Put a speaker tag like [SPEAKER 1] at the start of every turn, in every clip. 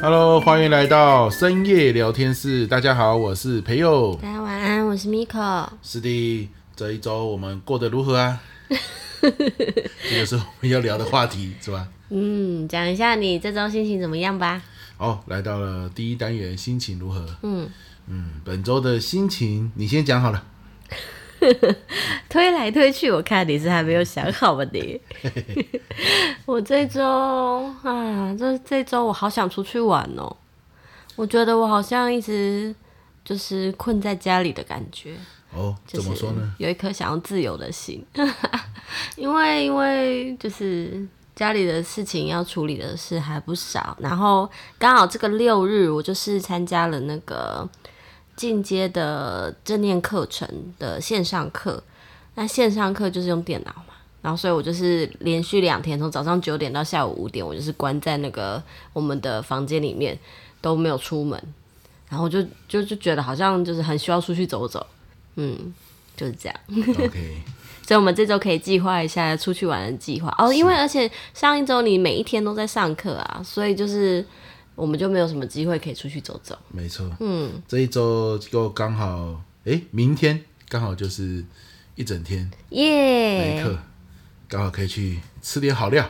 [SPEAKER 1] Hello，欢迎来到深夜聊天室。大家好，我是培佑。
[SPEAKER 2] 大家晚安，我是 Miko。
[SPEAKER 1] 是的，这一周我们过得如何 啊？这个是我们要聊的话题，是吧？
[SPEAKER 2] 嗯，讲一下你这周心情怎么样吧。
[SPEAKER 1] 哦，来到了第一单元，心情如何？
[SPEAKER 2] 嗯，
[SPEAKER 1] 嗯，本周的心情你先讲好了。
[SPEAKER 2] 推来推去，我看你是还没有想好吧 你。我这周啊，这这周我好想出去玩哦。我觉得我好像一直就是困在家里的感觉，
[SPEAKER 1] 哦，
[SPEAKER 2] 就
[SPEAKER 1] 怎
[SPEAKER 2] 是
[SPEAKER 1] 么说呢？
[SPEAKER 2] 有一颗想要自由的心， 因为因为就是家里的事情要处理的事还不少，然后刚好这个六日我就是参加了那个进阶的正念课程的线上课，那线上课就是用电脑嘛。然后，所以我就是连续两天，从早上九点到下午五点，我就是关在那个我们的房间里面，都没有出门。然后就就就觉得好像就是很需要出去走走，嗯，就是这样。
[SPEAKER 1] OK，
[SPEAKER 2] 所以我们这周可以计划一下出去玩的计划哦。因为而且上一周你每一天都在上课啊，所以就是我们就没有什么机会可以出去走走。
[SPEAKER 1] 没错。嗯，这一周就刚好，诶，明天刚好就是一整天没
[SPEAKER 2] 耶、
[SPEAKER 1] 课，刚好可以去吃点好料，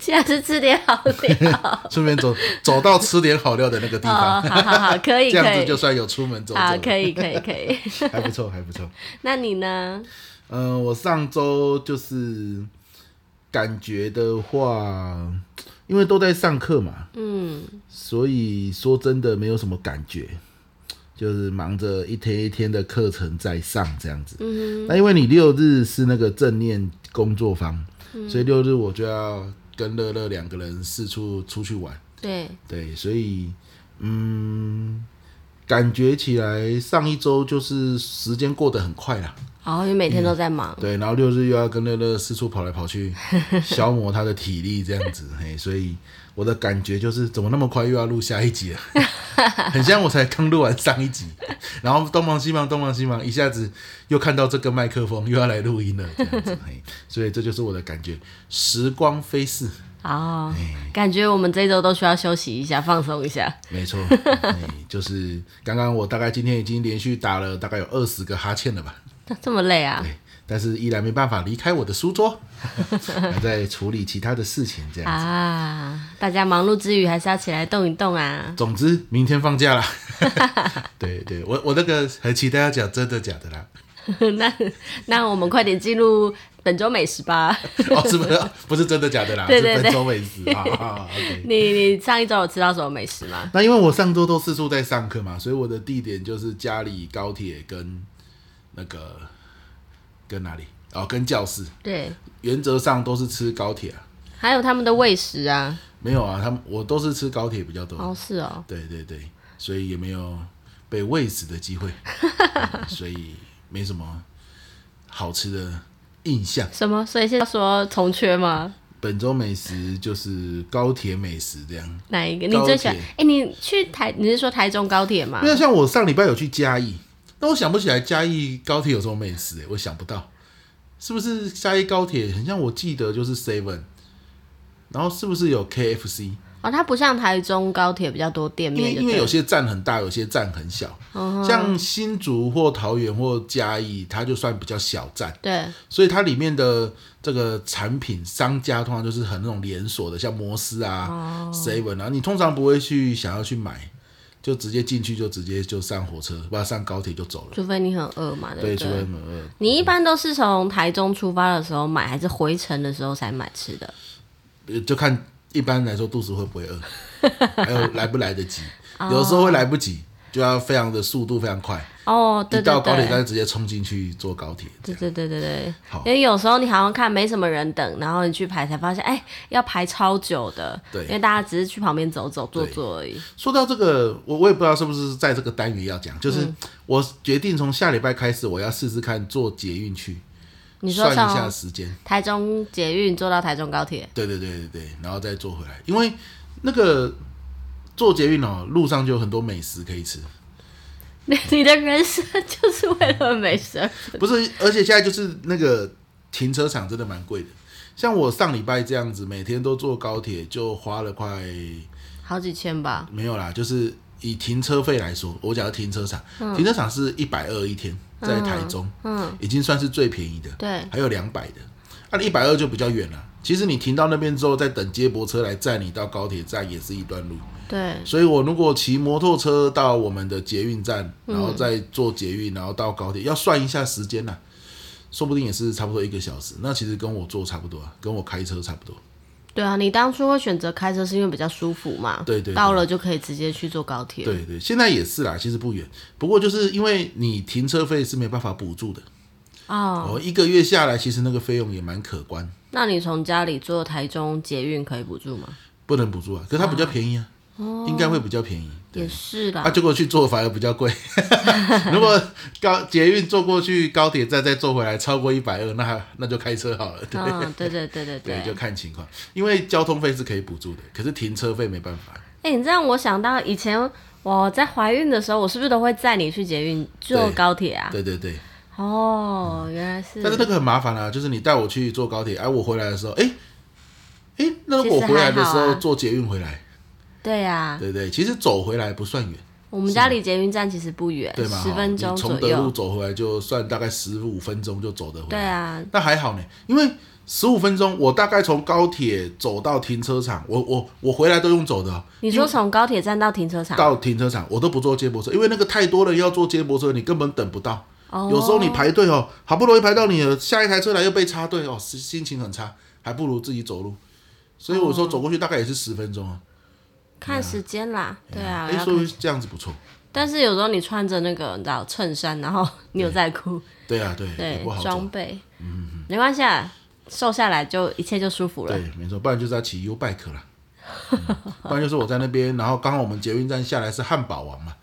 [SPEAKER 2] 竟然是吃点好 料
[SPEAKER 1] 顺便走 走到吃点好料的那个地
[SPEAKER 2] 哦！
[SPEAKER 1] 方，
[SPEAKER 2] 好好好，可以
[SPEAKER 1] 这
[SPEAKER 2] 可
[SPEAKER 1] 样子就
[SPEAKER 2] 以，
[SPEAKER 1] 算有出门走走
[SPEAKER 2] 好
[SPEAKER 1] 了，
[SPEAKER 2] 可以可以可以。
[SPEAKER 1] 还不错，还不错。
[SPEAKER 2] 那你呢？
[SPEAKER 1] 嗯、我上周就是感觉的话，因为都在上课嘛，
[SPEAKER 2] 嗯，
[SPEAKER 1] 所以说真的没有什么感觉，就是忙着一天一天的课程在上这样子。嗯，那因为你六日是那个正念工作坊，
[SPEAKER 2] 嗯
[SPEAKER 1] 所以六日我就要跟乐乐两个人四处出去玩。
[SPEAKER 2] 对，
[SPEAKER 1] 对，所以嗯，感觉起来上一周就是时间过得很快啦。
[SPEAKER 2] 哦，你每天都在忙，
[SPEAKER 1] 对，然后六日又要跟乐乐四处跑来跑去，消磨他的体力这样子，嘿，所以我的感觉就是怎么那么快又要录下一集了， 很像我才刚录完上一集，然后东忙西忙东忙西忙，一下子又看到这个麦克风又要来录音了这样子，嘿，所以这就是我的感觉，时光飞逝，
[SPEAKER 2] 哦，
[SPEAKER 1] 哎
[SPEAKER 2] 感觉我们这周都需要休息一下，放松一下。
[SPEAKER 1] 没 错，嘿，就是刚刚我大概今天已经连续打了大概有二十个哈欠了吧。
[SPEAKER 2] 这么累啊？
[SPEAKER 1] 对，但是依然没办法离开我的书桌， 还在处理其他的事情，这样。
[SPEAKER 2] 啊，大家忙碌之余还是要起来动一动啊！
[SPEAKER 1] 总之，明天放 假啦。对对，我我那个很期待要讲真的假的 啦。
[SPEAKER 2] 那那我们快点进入本周美 食吧。
[SPEAKER 1] 哦，是不是不是真的假的啦？
[SPEAKER 2] 对对
[SPEAKER 1] 是
[SPEAKER 2] 对
[SPEAKER 1] 本周美食啊。啊 OK
[SPEAKER 2] 你你上一周有吃到什么美食吗？
[SPEAKER 1] 那因为我上周都四处在上课嘛，所以我的地点就是家里、高铁跟那个跟哪里哦，跟教室。
[SPEAKER 2] 对，
[SPEAKER 1] 原则上都是吃高铁啊，
[SPEAKER 2] 还有他们的喂食啊。
[SPEAKER 1] 没有啊，他们我都是吃高铁比较多。
[SPEAKER 2] 哦，是哦，
[SPEAKER 1] 对对对，所以也没有被喂食的机会， 嗯所以没什么好吃的印象。
[SPEAKER 2] 什么？所以现在说重缺吗？
[SPEAKER 1] 本周美食就是高铁美食这样，
[SPEAKER 2] 哪一个？你
[SPEAKER 1] 高铁
[SPEAKER 2] 最喜欢？哎、你去台，你是说台中高铁吗
[SPEAKER 1] 因？为像我上礼拜有去嘉义，但我想不起来嘉义高铁有什么美食、欸，我想不到，是不是嘉义高铁很像我记得就是 Seven，然后是不是有 KFC？
[SPEAKER 2] 哦，它不像台中高铁比较多店
[SPEAKER 1] 因为
[SPEAKER 2] 面哦就
[SPEAKER 1] 因为
[SPEAKER 2] 对
[SPEAKER 1] 有
[SPEAKER 2] 了，
[SPEAKER 1] 些站很大，有些站很小，像新竹或桃园或嘉义，它就算比较小站。
[SPEAKER 2] 对，
[SPEAKER 1] 所以它里面的这个产品商家通常就是很那种连锁的，像摩斯
[SPEAKER 2] 哦
[SPEAKER 1] 啊、seven、啊，你通常不会去想要去买，就直接进去就直接就上火车，不上高铁就走了。
[SPEAKER 2] 除非你很饿嘛，
[SPEAKER 1] 对，
[SPEAKER 2] 对不
[SPEAKER 1] 除
[SPEAKER 2] 对？
[SPEAKER 1] 非很饿。
[SPEAKER 2] 你一般都是从台中出发的时候买，还是回程的时候才买吃的？
[SPEAKER 1] 呃就看一般来说肚子会不会 饿，还有来不来得及，有时候会来不及，就要非常的速度非常快，
[SPEAKER 2] 哦，对
[SPEAKER 1] 一
[SPEAKER 2] 对
[SPEAKER 1] 到高铁
[SPEAKER 2] 对，
[SPEAKER 1] 站直接冲进去坐高铁。
[SPEAKER 2] 对对对对对
[SPEAKER 1] 好，
[SPEAKER 2] 因为有时候你好像看没什么人等，然后你去排才发现，哎、要排超久的，
[SPEAKER 1] 对
[SPEAKER 2] 因为大家只是去旁边走走坐坐而已。
[SPEAKER 1] 说到这个，我我也不知道是不是在这个单元要讲，就是
[SPEAKER 2] 嗯
[SPEAKER 1] 我决定从下礼拜开始，我要试试看坐捷运去，
[SPEAKER 2] 你说
[SPEAKER 1] 算一下
[SPEAKER 2] 从
[SPEAKER 1] 时间，
[SPEAKER 2] 台中捷运坐到台中高铁，
[SPEAKER 1] 对对对对对，然后再坐回来，因为那个坐捷运哦，路上就有很多美食可以吃，
[SPEAKER 2] 你你的人生就是为了美食。
[SPEAKER 1] 不是，而且现在就是那个停车场真的蛮贵的，像我上礼拜这样子，每天都坐高铁就花了快
[SPEAKER 2] 好几千吧，
[SPEAKER 1] 没有啦，就是以停车费来说，我讲的停车场，停车场是一百二一天，在台中，
[SPEAKER 2] 嗯，
[SPEAKER 1] 已经算是最便宜的，
[SPEAKER 2] 对，
[SPEAKER 1] 还有两百的，那一百二就比较远了。其实你停到那边之后，再等接驳车来载你到高铁站，也是一段路。
[SPEAKER 2] 对，
[SPEAKER 1] 所以我如果骑摩托车到我们的捷运站，然后再坐捷运，然后到高铁，要算一下时间啦，说不定也是差不多一个小时。那其实跟我坐差不多啊，跟我开车差不多。
[SPEAKER 2] 对啊，你当初会选择开车是因为比较舒服嘛，
[SPEAKER 1] 对对对
[SPEAKER 2] 到了就可以直接去坐高铁，
[SPEAKER 1] 对对，现在也是啦，其实不远。不过就是因为你停车费是没办法补助的，
[SPEAKER 2] 哦，
[SPEAKER 1] 哦，一个月下来，其实那个费用也蛮可观，
[SPEAKER 2] 那你从家里坐台中捷运可以补助吗？
[SPEAKER 1] 不能补助啊。可是它比较便宜啊，应该会比较便宜。对
[SPEAKER 2] 也是啦，
[SPEAKER 1] 啊，结果去坐反而比较贵。 如果高捷运坐过去，高铁站再坐回来，超过一百二，那还那就开车好了。对、
[SPEAKER 2] 嗯，对对对对
[SPEAKER 1] 对，就
[SPEAKER 2] 对。
[SPEAKER 1] 看情况，因为交通费是可以补助的，可是停车费没办法。
[SPEAKER 2] 哎、你这让我想到以前我在怀孕的时候，我是不是都会载你去捷运坐
[SPEAKER 1] 对
[SPEAKER 2] 高铁啊？
[SPEAKER 1] 对对对，
[SPEAKER 2] 哦，原来是。
[SPEAKER 1] 但是那个很麻烦啊，就是你带我去坐高铁，哎、我回来的时候，哎、哎、那如果
[SPEAKER 2] 其
[SPEAKER 1] 我
[SPEAKER 2] 实
[SPEAKER 1] 回来的
[SPEAKER 2] 还
[SPEAKER 1] 时
[SPEAKER 2] 好啊
[SPEAKER 1] 候坐捷运回来，
[SPEAKER 2] 对呀、
[SPEAKER 1] 对对，其实走回来不算远，
[SPEAKER 2] 我们家离捷运站其实不远，
[SPEAKER 1] 对吗？
[SPEAKER 2] 十分钟
[SPEAKER 1] 你
[SPEAKER 2] 左
[SPEAKER 1] 从德路
[SPEAKER 2] 右。
[SPEAKER 1] 走回来就算大概十五分钟就走得回来。
[SPEAKER 2] 对啊，
[SPEAKER 1] 那还好呢，因为十五分钟，我大概从高铁走到停车场，我我我回来都用走的哦，
[SPEAKER 2] 你说从高铁站到停车场，
[SPEAKER 1] 到停车场我都不坐接驳车，因为那个太多人要坐接驳车，你根本等不到。
[SPEAKER 2] 哦
[SPEAKER 1] 有时候你排队哦，好不容易排到你了，下一台车来又被插队哦，心心情很差，还不如自己走路。所以我
[SPEAKER 2] 哦
[SPEAKER 1] 说走过去大概也是十分钟啊，
[SPEAKER 2] 看时间啦，对啊，
[SPEAKER 1] 哎、
[SPEAKER 2] 要
[SPEAKER 1] 所
[SPEAKER 2] 看
[SPEAKER 1] 以这样子不错。
[SPEAKER 2] 但是有时候你穿着那个你知道衬衫，然后牛 仔裤，
[SPEAKER 1] 对啊，对，也
[SPEAKER 2] 对
[SPEAKER 1] 不，好
[SPEAKER 2] 装
[SPEAKER 1] 走。
[SPEAKER 2] 备，嗯，没关系啊，瘦下来就一切就舒服了
[SPEAKER 1] 对。，没错，不然就是要骑 U bike 啦、嗯不然就是我在那边，然后刚好我们捷运站下来是汉堡王嘛，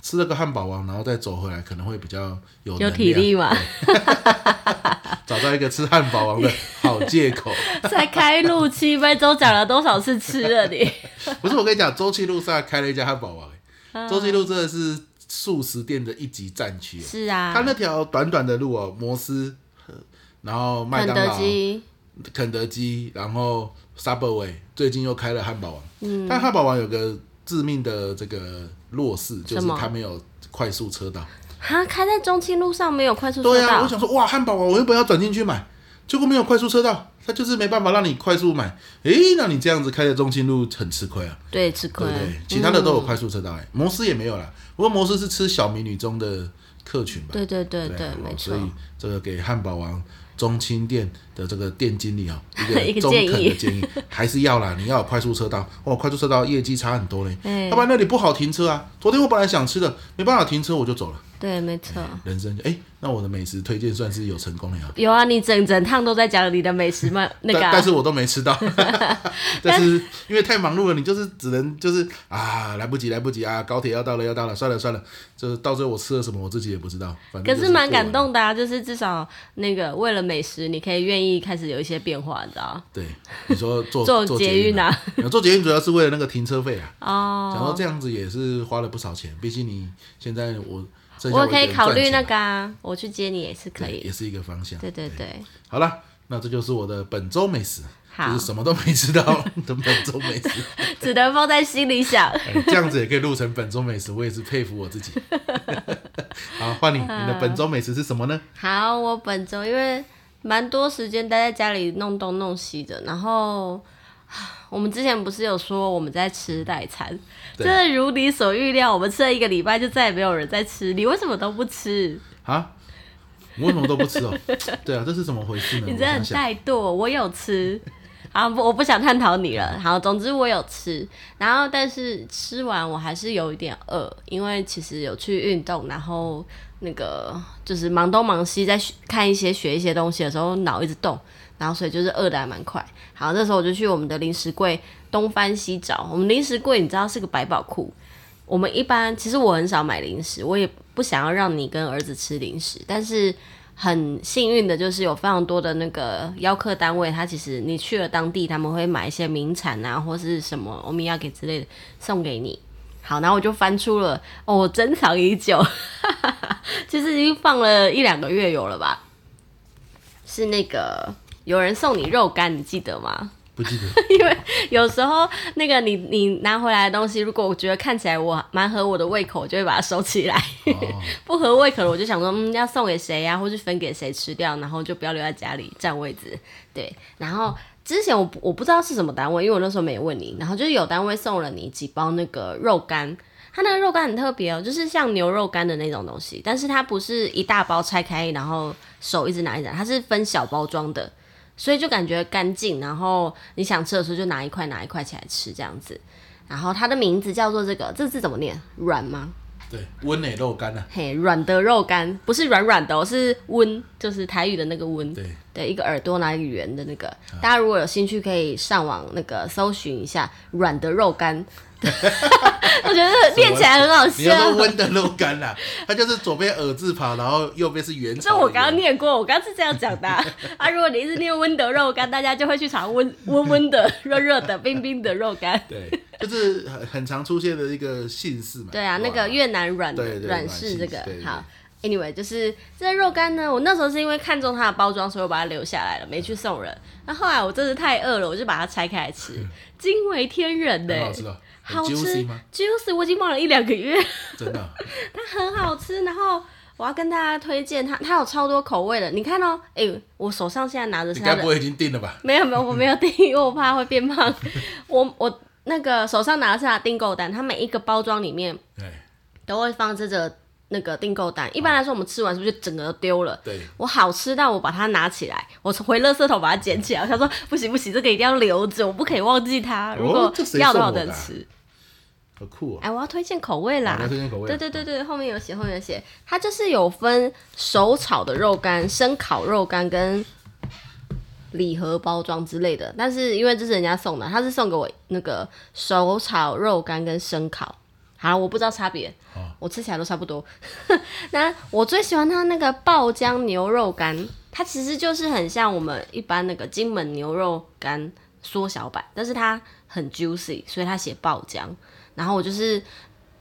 [SPEAKER 1] 吃了个汉堡王，然后再走回来可能会比较有
[SPEAKER 2] 有
[SPEAKER 1] 能
[SPEAKER 2] 体
[SPEAKER 1] 量
[SPEAKER 2] 力，嘛？
[SPEAKER 1] 找到一个吃汉堡王的好借口。
[SPEAKER 2] 才开路七分钟，讲了多少次吃了你？
[SPEAKER 1] 不是我跟你讲，周七路上开了一家汉堡王、
[SPEAKER 2] 嗯
[SPEAKER 1] 欸，周七路真的是素食店的一级战区、欸，
[SPEAKER 2] 是
[SPEAKER 1] 它
[SPEAKER 2] 啊，
[SPEAKER 1] 那条短短的路哦，摩斯，呃然后麦
[SPEAKER 2] 肯
[SPEAKER 1] 当
[SPEAKER 2] 德
[SPEAKER 1] 劳、
[SPEAKER 2] 基，
[SPEAKER 1] 肯德基，然后 Subway 最近又开了汉堡王。嗯，但汉堡王有个致命的这个弱势，就是
[SPEAKER 2] 什么
[SPEAKER 1] 它没有快速车道。
[SPEAKER 2] 哈，开在中清路上没有快速
[SPEAKER 1] 对
[SPEAKER 2] 车
[SPEAKER 1] 啊，我
[SPEAKER 2] 道，
[SPEAKER 1] 想说，哇，汉堡王我又本要转进去买，结果没有快速车道，它就是没办法让你快速买。诶，那你这样子开在中心路很吃亏啊，
[SPEAKER 2] 对，嗯吃
[SPEAKER 1] 对
[SPEAKER 2] 亏
[SPEAKER 1] 不。对？其他的都有快速车道、诶，摩斯也没有啦。不过摩斯是吃小美女中的客群吧？
[SPEAKER 2] 对对对
[SPEAKER 1] 对
[SPEAKER 2] 对
[SPEAKER 1] 啊，
[SPEAKER 2] 没
[SPEAKER 1] 哦
[SPEAKER 2] 错
[SPEAKER 1] 所以。这个给汉堡王中清店的这个店经 理啊、哦，
[SPEAKER 2] 一
[SPEAKER 1] 一
[SPEAKER 2] 个
[SPEAKER 1] 个中肯
[SPEAKER 2] 建议
[SPEAKER 1] 的建议， 还是要啦，你要有快速车道哦，快速车道业绩差很多嘞，
[SPEAKER 2] 哎
[SPEAKER 1] 要不然那里不好停车啊。昨天我本来想吃的，没办法停车，我就走了。
[SPEAKER 2] 对，没错。
[SPEAKER 1] 人生就哎，那我的美食推荐算是有成功了呀、
[SPEAKER 2] 有啊，你整整趟都在讲你的美食 嘛，那个、
[SPEAKER 1] 但
[SPEAKER 2] 啊。
[SPEAKER 1] 但是我都没吃 到， 但是因为太忙碌了，你就是只能就是啊，来不及来不及啊，高铁要到了要到了，算了算了，就是到最后我吃了什么我自己也不知道，反正
[SPEAKER 2] 可
[SPEAKER 1] 就是
[SPEAKER 2] 蛮
[SPEAKER 1] 过
[SPEAKER 2] 感
[SPEAKER 1] 完
[SPEAKER 2] 动的啊，就是至少那个为了美食，你可以愿意开始有一些变化，你知道？
[SPEAKER 1] 对，你说坐
[SPEAKER 2] 坐捷
[SPEAKER 1] 运
[SPEAKER 2] 运啊，
[SPEAKER 1] 坐捷运主要是为了那个停车费啊。
[SPEAKER 2] 哦，
[SPEAKER 1] 然后这样子也是花了不少钱，毕竟你现在我剩下
[SPEAKER 2] 我
[SPEAKER 1] 一
[SPEAKER 2] 可
[SPEAKER 1] 个
[SPEAKER 2] 以
[SPEAKER 1] 人
[SPEAKER 2] 考
[SPEAKER 1] 赚
[SPEAKER 2] 虑
[SPEAKER 1] 钱
[SPEAKER 2] 那
[SPEAKER 1] 嘛
[SPEAKER 2] 个啊，我去接你也是可
[SPEAKER 1] 对
[SPEAKER 2] 以
[SPEAKER 1] 也。是一个方向。
[SPEAKER 2] 对对对，
[SPEAKER 1] 好了，那这就是我的本周美食，
[SPEAKER 2] 好
[SPEAKER 1] 就是什么都没吃到 的本周美食，
[SPEAKER 2] 只能放在心里想。
[SPEAKER 1] 哎这样子也可以录成本周美食，我也是佩服我 自己。好，换你，你
[SPEAKER 2] 啊
[SPEAKER 1] 的本周美食是什么呢？
[SPEAKER 2] 好，我本周因为蛮多时间待在家里弄东弄西的，然后啊我们之前不是有说我们在吃代餐，真
[SPEAKER 1] 对
[SPEAKER 2] 的如你所预料，我们吃了一个礼拜就再也没有人在吃，你为什么都不吃？
[SPEAKER 1] 啊，我为什么都不 吃哦？对啊，这是怎么回事呢？
[SPEAKER 2] 你
[SPEAKER 1] 我
[SPEAKER 2] 真的
[SPEAKER 1] 想
[SPEAKER 2] 很
[SPEAKER 1] 想，
[SPEAKER 2] 怠惰，我有吃。 啊，不，我不想探讨你了。好，总之我有吃，然后但是吃完我还是有一点饿，因为其实有去运动，然后那个就是忙东忙西，在学看一些学一些东西的时候，脑一直动，然后所以就是饿的还蛮快。好，那时候我就去我们的零食柜东翻西找，我们零食柜你知道是个百宝库，我们一般其实我很少买零食，我也不想要让你跟儿子吃零食，但是很幸运的就是有非常多的那个邀客单位，他其实你去了当地，他们会买一些名产啊或是什么欧米亚给之类的送给你。好，然后我就翻出了哦，我珍藏已久， 其实已经放了一两个月有了吧。是那个有人送你肉干，你记得吗？
[SPEAKER 1] 不记得。
[SPEAKER 2] 有时候那个你你拿回来的东西，如果我觉得看起来我蛮合我的胃口，我就会把它收起来；
[SPEAKER 1] 哦，
[SPEAKER 2] 不合胃口的，我就想说，嗯，要送给谁呀、或是分给谁吃掉，然后就不要留在家里占位置。对，然后之前我不我不知道是什么单位，因为我那时候没问你，然后就是有单位送了你几包那个肉干。它那个肉干很特别哦，就是像牛肉干的那种东西，但是它不是一大包拆开，然后手一直拿一直拿，它是分小包装的，所以就感觉干净。然后你想吃的时候就拿一块拿一块起来吃这样子。然后它的名字叫做这个，这字怎么念？软吗？
[SPEAKER 1] 对，温奶肉干啊，
[SPEAKER 2] 嘿，软的肉干不是软软的、哦，是温，就是台语的那个温，
[SPEAKER 1] 对，啊
[SPEAKER 2] 对，一个耳朵拿一个圆的那个。大家如果有兴趣，可以上网那个搜寻一下软的 肉干。我觉得念起来很好
[SPEAKER 1] 你要说
[SPEAKER 2] 笑。
[SPEAKER 1] 温的肉干啦、 它就是左边耳字旁，然后右边是圆草的
[SPEAKER 2] 这
[SPEAKER 1] 圆。
[SPEAKER 2] 我刚刚念过，我刚刚是这样讲的啊。啊如果你一直念温的肉干，大家就会去查温温温的、热热的、冰冰的肉干。
[SPEAKER 1] 对，就是很很常出现的一个姓氏嘛。
[SPEAKER 2] 对啊，那个
[SPEAKER 1] 哇
[SPEAKER 2] 越南软
[SPEAKER 1] 对对
[SPEAKER 2] 软
[SPEAKER 1] 软
[SPEAKER 2] 式
[SPEAKER 1] 性
[SPEAKER 2] 这个
[SPEAKER 1] 对对
[SPEAKER 2] 好。Anyway，就是这肉干呢，我那时候是因为看中它的包装，所以我把它留下来了，没去送人。那后来我真的太饿了，我就把它拆开来 吃，惊为天人呢、
[SPEAKER 1] 很好吃哦，很
[SPEAKER 2] 好
[SPEAKER 1] juicy
[SPEAKER 2] 吃
[SPEAKER 1] 吗？
[SPEAKER 2] ，juicy，我已经忘了一两个月，
[SPEAKER 1] 真的啊、
[SPEAKER 2] 它很好吃。然后我要跟大家推荐它，它有超多口味的。你看哦，哎、我手上现在拿的
[SPEAKER 1] 你
[SPEAKER 2] 是它
[SPEAKER 1] 该
[SPEAKER 2] 的
[SPEAKER 1] 不会已经定了吧？
[SPEAKER 2] 没有没有，我没有订，因为我怕会变胖。 我我那个手上拿的是它的订购单，它每一个包装里面
[SPEAKER 1] 对
[SPEAKER 2] 都会放这个那个订购单。一般来说，我们吃完是不是就整个都丢了？
[SPEAKER 1] 对，
[SPEAKER 2] 我好吃到我把它拿起来，我回垃圾桶把它捡起来，我想说不行不行，这个一定要留着，我不可以忘记它。
[SPEAKER 1] 哦
[SPEAKER 2] 如果
[SPEAKER 1] 这谁
[SPEAKER 2] 要
[SPEAKER 1] 送
[SPEAKER 2] 话，
[SPEAKER 1] 我
[SPEAKER 2] 我
[SPEAKER 1] 的
[SPEAKER 2] 再
[SPEAKER 1] 啊
[SPEAKER 2] 吃。
[SPEAKER 1] 好酷哦。
[SPEAKER 2] 哎，我要推荐口味啦
[SPEAKER 1] 好那。推荐口味啊。
[SPEAKER 2] 对对对对，后面有写，后面有写，它就是有分手炒的肉干、生烤肉干跟礼盒包装之类的。但是因为这是人家送的，他是送给我那个手炒肉干跟生烤。好，我不知道差别，
[SPEAKER 1] 哦
[SPEAKER 2] 我吃起来都差不多。 那我最喜欢它那个爆浆牛肉干，它其实就是很像我们一般那个金门牛肉干缩小版，但是它很 juicy，所以它写爆浆。然后我就是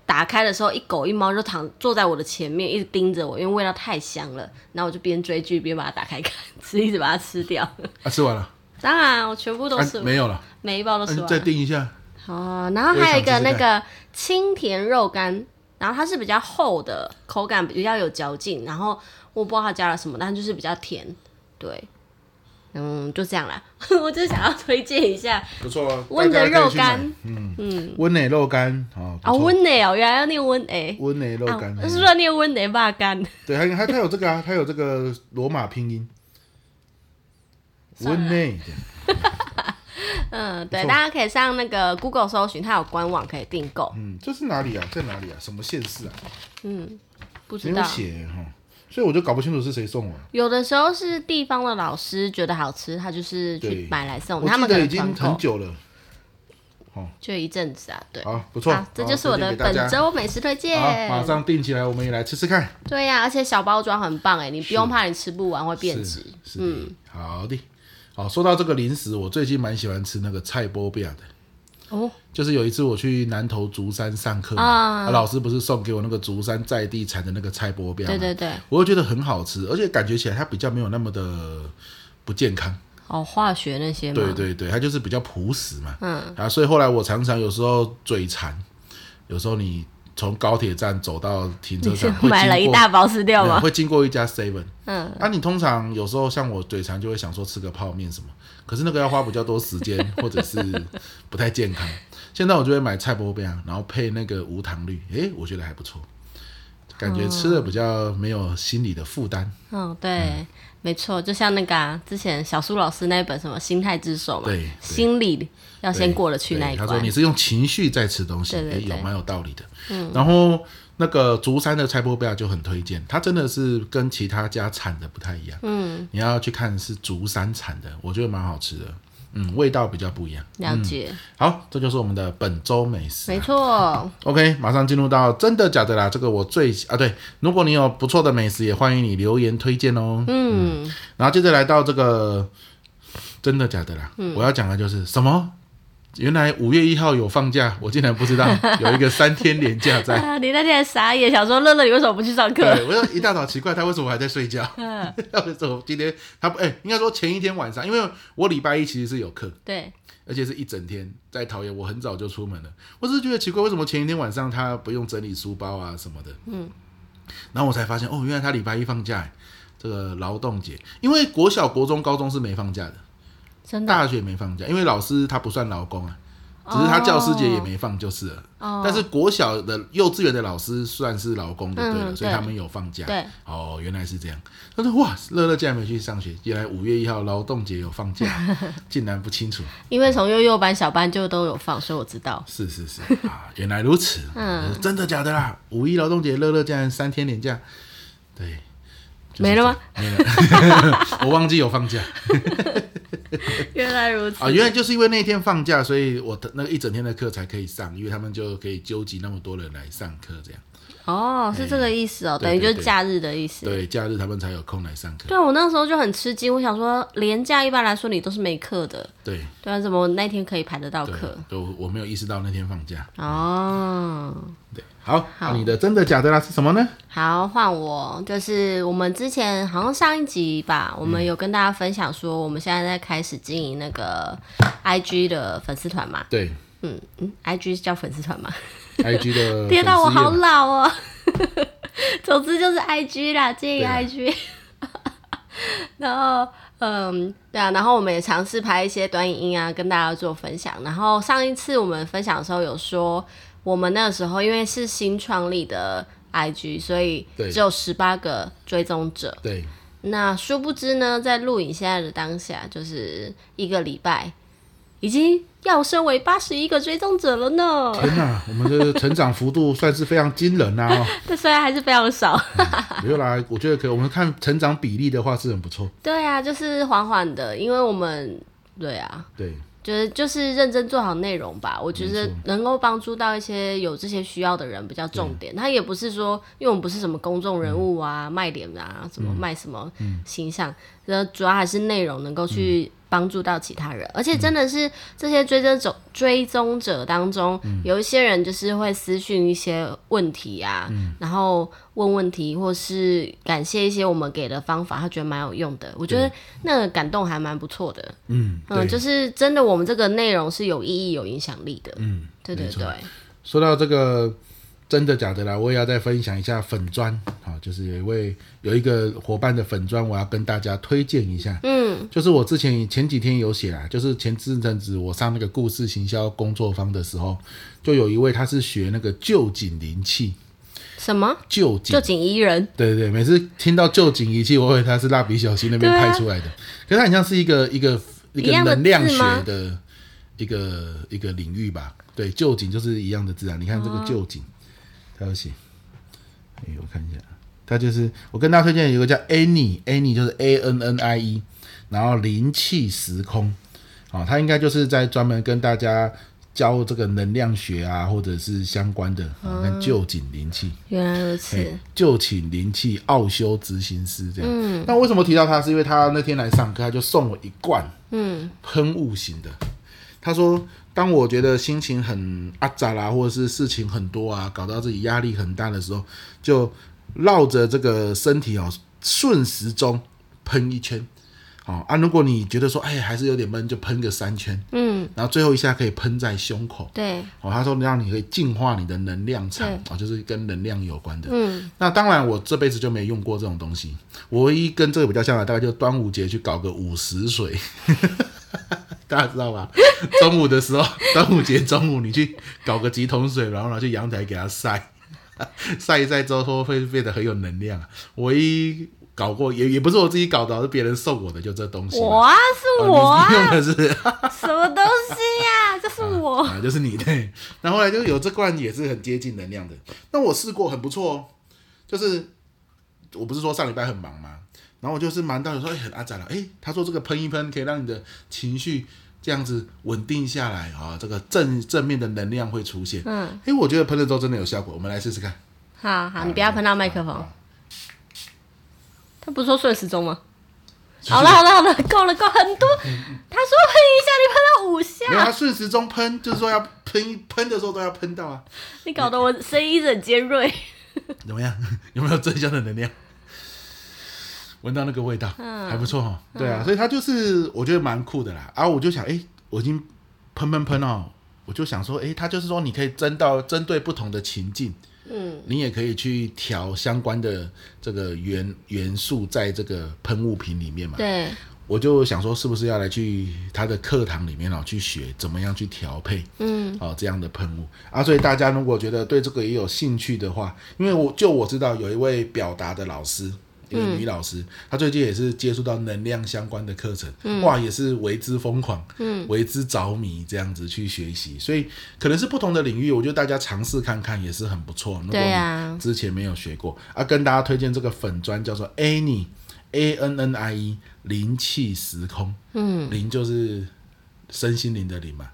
[SPEAKER 2] 打开的时候，一狗一猫就躺坐在我的前面，一直盯着我，因为味道太香了。然后我就边追剧边把它打开看，吃，一直把它吃掉。
[SPEAKER 1] 啊，吃完了，
[SPEAKER 2] 当然，我全部都
[SPEAKER 1] 啊
[SPEAKER 2] 吃，
[SPEAKER 1] 没有了，
[SPEAKER 2] 每一包
[SPEAKER 1] 那
[SPEAKER 2] 都吃
[SPEAKER 1] 你
[SPEAKER 2] 完
[SPEAKER 1] 再
[SPEAKER 2] 了。
[SPEAKER 1] 定一下。
[SPEAKER 2] 哦，然后还有一个那个清甜肉干，然后它是比较厚的，口感比较有嚼劲。然后我不知道它加了什么，但就是比较甜。对，嗯，就这样啦。我就想要推荐一下
[SPEAKER 1] 不错啊，
[SPEAKER 2] 温的
[SPEAKER 1] 大家可
[SPEAKER 2] 肉
[SPEAKER 1] 以去买
[SPEAKER 2] 干，
[SPEAKER 1] 温奶肉干哦，
[SPEAKER 2] 啊，
[SPEAKER 1] 不错
[SPEAKER 2] 温诶哦，原来要念温诶。
[SPEAKER 1] 温奶肉
[SPEAKER 2] 啊
[SPEAKER 1] 干，，哎
[SPEAKER 2] 是乱念温的霸干，
[SPEAKER 1] 对，还还它有这个啊，它有这个罗马拼音，温内
[SPEAKER 2] 嗯，对，
[SPEAKER 1] 不错
[SPEAKER 2] 大家可以上那个 Google 搜寻，它有官网可以订购。
[SPEAKER 1] 嗯，这是哪里啊？在哪里啊？什么县市啊？
[SPEAKER 2] 不知
[SPEAKER 1] 没有
[SPEAKER 2] 道，
[SPEAKER 1] 写哈，所以我就搞不清楚是谁送我。
[SPEAKER 2] 有的时候是地方的老师觉得好吃，他就是去
[SPEAKER 1] 对
[SPEAKER 2] 买来送，
[SPEAKER 1] 我
[SPEAKER 2] 哦他
[SPEAKER 1] 记
[SPEAKER 2] 们可
[SPEAKER 1] 得
[SPEAKER 2] 能
[SPEAKER 1] 已经
[SPEAKER 2] 团
[SPEAKER 1] 很
[SPEAKER 2] 购
[SPEAKER 1] 久了，
[SPEAKER 2] 就一阵子啊，对。
[SPEAKER 1] 好，不错
[SPEAKER 2] 好，这就是
[SPEAKER 1] 好
[SPEAKER 2] 我
[SPEAKER 1] 推
[SPEAKER 2] 的
[SPEAKER 1] 荐给大
[SPEAKER 2] 本
[SPEAKER 1] 家
[SPEAKER 2] 周美食推荐
[SPEAKER 1] 好，。马上订起来，我们也来吃吃看。
[SPEAKER 2] 对呀、而且小包装很棒哎，你不用怕你吃不完会变质。嗯
[SPEAKER 1] 是的，好的。好，说到这个零食，我最近蛮喜欢吃那个菜波饼的。
[SPEAKER 2] 哦，
[SPEAKER 1] 就是有一次我去南投竹山上课嘛，
[SPEAKER 2] 啊
[SPEAKER 1] 啊老师不是送给我那个竹山在地产的那个菜波饼，
[SPEAKER 2] 对对对，
[SPEAKER 1] 我又觉得很好吃，而且感觉起来它比较没有那么的不健康。
[SPEAKER 2] 哦，化学那些嘛。
[SPEAKER 1] 对对对，它就是比较朴实嘛。
[SPEAKER 2] 嗯
[SPEAKER 1] 啊，所以后来我常常有时候嘴馋，有时候你从高铁站走到停车
[SPEAKER 2] 你是
[SPEAKER 1] 场，会
[SPEAKER 2] 买了
[SPEAKER 1] 经
[SPEAKER 2] 一
[SPEAKER 1] 过
[SPEAKER 2] 大包吃掉
[SPEAKER 1] 对
[SPEAKER 2] 吗？
[SPEAKER 1] 会经过一家 Seven。
[SPEAKER 2] 嗯，
[SPEAKER 1] 啊，你通常有时候像我嘴馋就会想说吃个泡面什么，可是那个要花比较多时间，或者是不太健康。 现在我就会买菜波饼，啊然后配那个无糖绿，诶，我觉得还不错，感觉吃的比较没有心理的负担。
[SPEAKER 2] 哦，对，没错，就像那个、啊、之前小苏老师那一本什么《心态之手》嘛，
[SPEAKER 1] 对对
[SPEAKER 2] 心理要先过得去
[SPEAKER 1] 对
[SPEAKER 2] 那一
[SPEAKER 1] 他说
[SPEAKER 2] 关
[SPEAKER 1] 你。是用情绪在吃东西，
[SPEAKER 2] 对对
[SPEAKER 1] 诶有
[SPEAKER 2] 对嗯
[SPEAKER 1] 蛮有道理的。然后那个竹山的菜波贝尔就很推荐，它真的是跟其他家产的不太一样。嗯，你要去看是竹山产的，我觉得蛮好吃的。嗯，味道比较不一样。
[SPEAKER 2] 了
[SPEAKER 1] 嗯
[SPEAKER 2] 解，
[SPEAKER 1] 好，这就是我们的本周美食啊。
[SPEAKER 2] 没错，
[SPEAKER 1] OK，马上进入到真的假的啦，这个我最啊对，如果你有不错的美食，也欢迎你留言推荐哦。
[SPEAKER 2] 嗯，嗯
[SPEAKER 1] 然后接着来到这个真的假的啦，我要讲的就是什么原来五月一号有放假，我竟然不知 道有一个三天连假在。
[SPEAKER 2] 啊，你那天还傻眼，想说乐乐你为什么不去上课？
[SPEAKER 1] 对，我就一大早奇怪他为什么还在睡觉，
[SPEAKER 2] 嗯，
[SPEAKER 1] 他为什么今天他不哎、应该说前一天晚上，因为我礼拜一其实是有课，
[SPEAKER 2] 对，
[SPEAKER 1] 而且是一整天在桃园，我很早就出门了。我只是觉得奇怪，为什么前一天晚上他不用整理书包啊什么的？
[SPEAKER 2] 嗯，
[SPEAKER 1] 然后我才发现哦，原来他礼拜一放假，这个劳动节，因为国小、国中、高中是没放假的，
[SPEAKER 2] 真的
[SPEAKER 1] 大学没放假，因为老师他不算劳工啊，只是他教师节也没放就是了。
[SPEAKER 2] 哦，
[SPEAKER 1] 但是国小的幼稚园的老师算是劳工就对了，
[SPEAKER 2] 嗯
[SPEAKER 1] 所以
[SPEAKER 2] 对
[SPEAKER 1] 他们有放假。
[SPEAKER 2] 对，
[SPEAKER 1] 哦，原来是这样。他说哇，乐乐竟然没去上学，原来五月一号劳动节有放 假，竟然不清楚。
[SPEAKER 2] 因为从幼幼班、小班就都有放，所以我知道。
[SPEAKER 1] 是是是啊，原来如此，
[SPEAKER 2] 嗯
[SPEAKER 1] 真的假的啦？五一劳动节乐乐竟然三天连假，对，就是
[SPEAKER 2] 没了吗
[SPEAKER 1] 这样？没了， 我忘记有放假
[SPEAKER 2] 原来如此
[SPEAKER 1] 啊，原来就是因为那天放假，所以我的那个一整天的课才可以上，因为他们就可以纠集那么多人来上课，这样
[SPEAKER 2] 哦，是这个意思哦，
[SPEAKER 1] 对
[SPEAKER 2] 等于就
[SPEAKER 1] 对
[SPEAKER 2] 是
[SPEAKER 1] 对
[SPEAKER 2] 假日的意思。
[SPEAKER 1] 对，假日他们才有空来上课，
[SPEAKER 2] 对，我那时候就很吃惊，我想说，廉价一般来说你都是没课的，
[SPEAKER 1] 对
[SPEAKER 2] 对啊，怎么那天可以排得到
[SPEAKER 1] 对
[SPEAKER 2] 课？，
[SPEAKER 1] 就我没有意识到那天放假，
[SPEAKER 2] 哦，
[SPEAKER 1] 对，好，那你的真的假的啦是什么呢？
[SPEAKER 2] 好，换我，就是我们之前好像上一集吧，我们有跟大家分享说，我们现在在开始经营那个 IG 的粉丝团嘛，
[SPEAKER 1] 对
[SPEAKER 2] 嗯嗯，IG 是叫粉丝团嘛，
[SPEAKER 1] ，IG 的
[SPEAKER 2] 跌到我
[SPEAKER 1] 呃粉丝页
[SPEAKER 2] 好
[SPEAKER 1] 嘛
[SPEAKER 2] 老哦。 总之就是 IG 啦，经营
[SPEAKER 1] 对啊
[SPEAKER 2] IG。然后，嗯，对啊，然后我们也尝试拍一些短影音啊，跟大家做分享。然后上一次我们分享的时候有说，我们那个时候因为是新创立的 IG，所以
[SPEAKER 1] 对
[SPEAKER 2] 只有十八个追踪者。
[SPEAKER 1] 对
[SPEAKER 2] 那殊不知呢，在录影现在的当下，就是一个礼拜，已经要升为八十一个追踪者了呢。
[SPEAKER 1] 天哪，我们的成长幅度算是非常惊人啦、哦。
[SPEAKER 2] 但虽然还是非常少，
[SPEAKER 1] 没有啦，我觉得可以。我们看成长比例的话是很不错。
[SPEAKER 2] 对啊，就是缓缓的，因为我们对啊，
[SPEAKER 1] 对，
[SPEAKER 2] 就是就是认真做好内容吧。我觉得能够帮助到一些有这些需要的人比较重点。他也不是说，因为我们不是什么公众人物啊、卖脸啊、什么卖什么形象，那、主要还是内容能够去帮助到其他人。而且真的是这些追踪者追踪者当中，有一些人就是会私讯一些问题啊，然后问问题，或是感谢一些我们给的方法，他觉得蛮有用的。我觉得那个感动还蛮不错的。
[SPEAKER 1] 嗯，对，
[SPEAKER 2] 嗯，就是真的，我们这个内容是有意义、有影响力的。
[SPEAKER 1] 嗯，
[SPEAKER 2] 对对
[SPEAKER 1] 没错
[SPEAKER 2] 对，
[SPEAKER 1] 说到这个真的假的啦，我也要再分享一下粉砖啊，就是有一位有一个伙伴的粉砖，我要跟大家推荐一下。
[SPEAKER 2] 嗯，
[SPEAKER 1] 就是我之前前几天有写啦，就是前阵子我上那个故事行销工作坊的时候，就有一位他是学那个臼井灵气，
[SPEAKER 2] 什么？
[SPEAKER 1] 臼井
[SPEAKER 2] 就锦衣人
[SPEAKER 1] 对对对，每次听到旧井仪器，我以为他是蜡笔小新那边
[SPEAKER 2] 对啊
[SPEAKER 1] 派出来的，可是它很像是一个一个一
[SPEAKER 2] 一
[SPEAKER 1] 个
[SPEAKER 2] 样的
[SPEAKER 1] 能量
[SPEAKER 2] 字
[SPEAKER 1] 学
[SPEAKER 2] 吗
[SPEAKER 1] 的一个一个领域吧。对，旧井就是一样的字啊。你看这个旧井，它有写，哎，我看一下，它就是我跟大家推荐有个叫 Annie，Annie 就是 A N N I E，然后灵气时空，啊、它应该就是在专门跟大家。教这个能量学啊，或者是相关的，啊、
[SPEAKER 2] 嗯
[SPEAKER 1] 看旧井灵气，
[SPEAKER 2] 原来如此。
[SPEAKER 1] 对，就请灵气奥修执行师这样。那为什么提到他？是因为他那天来上课，他就送我一罐
[SPEAKER 2] 嗯，
[SPEAKER 1] 喷雾型的。他说，当我觉得心情很阿杂啦，或者是事情很多啊，搞到自己压力很大的时候，就绕着这个身体哦，顺时钟喷一圈。好、啊，如果你觉得说，哎，还是有点闷，就喷个三圈，
[SPEAKER 2] 嗯，
[SPEAKER 1] 然后最后一下可以喷在胸口。
[SPEAKER 2] 对，
[SPEAKER 1] 哦，他说让你可以净化你的能量场
[SPEAKER 2] 对
[SPEAKER 1] 哦，就是跟能量有关的。
[SPEAKER 2] 嗯，
[SPEAKER 1] 那当然，我这辈子就没用过这种东西。我唯一跟这个比较像的，大概就端午节去搞个午时水， 大家知道吧？中午的时候，端午节中午你去搞个几桶水，然后拿去阳台给它晒，晒一晒之后会变得很有能量。我唯一搞过，也也不是我自己搞的，啊是别人送我的，就这东西嘛。
[SPEAKER 2] 我啊，是
[SPEAKER 1] 哦
[SPEAKER 2] 我啊
[SPEAKER 1] 你，你用的是。
[SPEAKER 2] 什么东西呀、这是我。
[SPEAKER 1] 啊，就是你对。然后后来就有这罐也是很接近能量的，那我试过很不错哦，就是我不是说上礼拜很忙嘛，然后我就是忙到有时候、哎很阿展了，哎，他说这个喷一喷可以让你的情绪这样子稳定下来啊、这个正正面的能量会出现。
[SPEAKER 2] 嗯，
[SPEAKER 1] 哎，我觉得喷了之后真的有效果，我们来试试看。
[SPEAKER 2] 好好，你不要喷到麦克风。他不是说顺时钟吗？好了好了好了，够了够了很多。他说喷一下，你喷到五下。
[SPEAKER 1] 嗯没有他顺时钟喷，就是说要喷一喷的时候都要喷到啊。
[SPEAKER 2] 你搞得我声音一直很尖锐。
[SPEAKER 1] 怎么样？有没有正向的能量？闻到那个味道，还不错哈、对啊，所以他就是我觉得蛮酷的啦。啊，我就想，哎、我已经喷喷喷哦，我就想说，哎、他就是说你可以针到针对不同的情境，嗯，你也可以去调相关的这个元元素在这个喷雾瓶里面嘛。
[SPEAKER 2] 对，
[SPEAKER 1] 我就想说，是不是要来去他的课堂里面哦，去学怎么样去调配，嗯，哦这样的喷雾啊。所以大家如果觉得对这个也有兴趣的话，因为我就我知道有一位表达的老师，一个女老师，
[SPEAKER 2] 嗯
[SPEAKER 1] 她最近也是接触到能量相关的课程，哇，也是为之疯狂，嗯，为之着迷，这样子去学习。所以可能是不同的领域，我觉得大家尝试看看也是很不错。如果
[SPEAKER 2] 对啊
[SPEAKER 1] 你之前没有学过啊，跟大家推荐这个粉砖叫做 Annie。A N N I E 灵气时空，嗯，灵就是身心灵的灵嘛，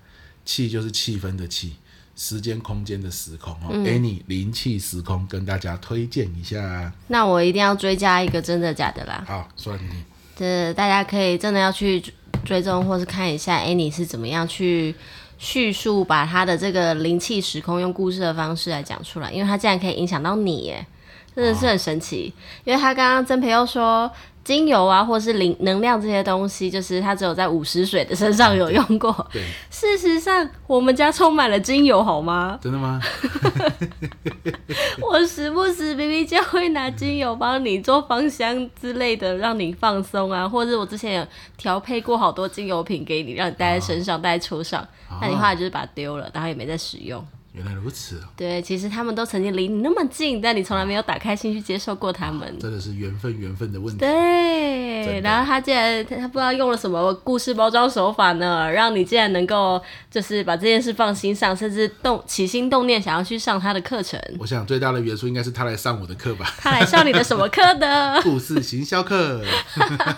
[SPEAKER 1] 气就是气氛的气，时间空间的时空
[SPEAKER 2] 嗯
[SPEAKER 1] 哦。Annie 灵气时空跟大家推荐一下，
[SPEAKER 2] 那我一定要追加一个真的假的啦。
[SPEAKER 1] 好，算你
[SPEAKER 2] 这大家可以真的要去追追踪或是看一下 Annie 是怎么样去叙述把她的这个灵气时空用故事的方式来讲出来，因为她竟然可以影响到你耶，真的是很神奇。因为她刚刚曾培佑说。精油啊，或是灵能量这些东西，就是她只有在五十水的身上有用过。
[SPEAKER 1] 对，
[SPEAKER 2] 事实上，我们家充满了精油，好吗？
[SPEAKER 1] 真的吗？
[SPEAKER 2] 我时不时 B B 就会拿精油帮你做芳香之类的，让你放松啊，或者我之前有调配过好多精油瓶给你，让你带在身
[SPEAKER 1] 啊
[SPEAKER 2] 上、带在车上，那你后来就是把它丢了，然后也没再使用。
[SPEAKER 1] 原来如此哦，
[SPEAKER 2] 对，其实他们都曾经离你那么近，但你从来没有打开心去接受过他们。
[SPEAKER 1] 真的是缘分，缘分的问题。真
[SPEAKER 2] 对，
[SPEAKER 1] 的
[SPEAKER 2] 然后他竟然他他不知道用了什么故事包装手法呢，让你竟然能够就是把这件事放心上，甚至动起心动念想要去上他的课程。
[SPEAKER 1] 我想最大的元素应该是他来上我的课 吧，
[SPEAKER 2] 他来上你的什么课呢？
[SPEAKER 1] 故事行销课。 啊，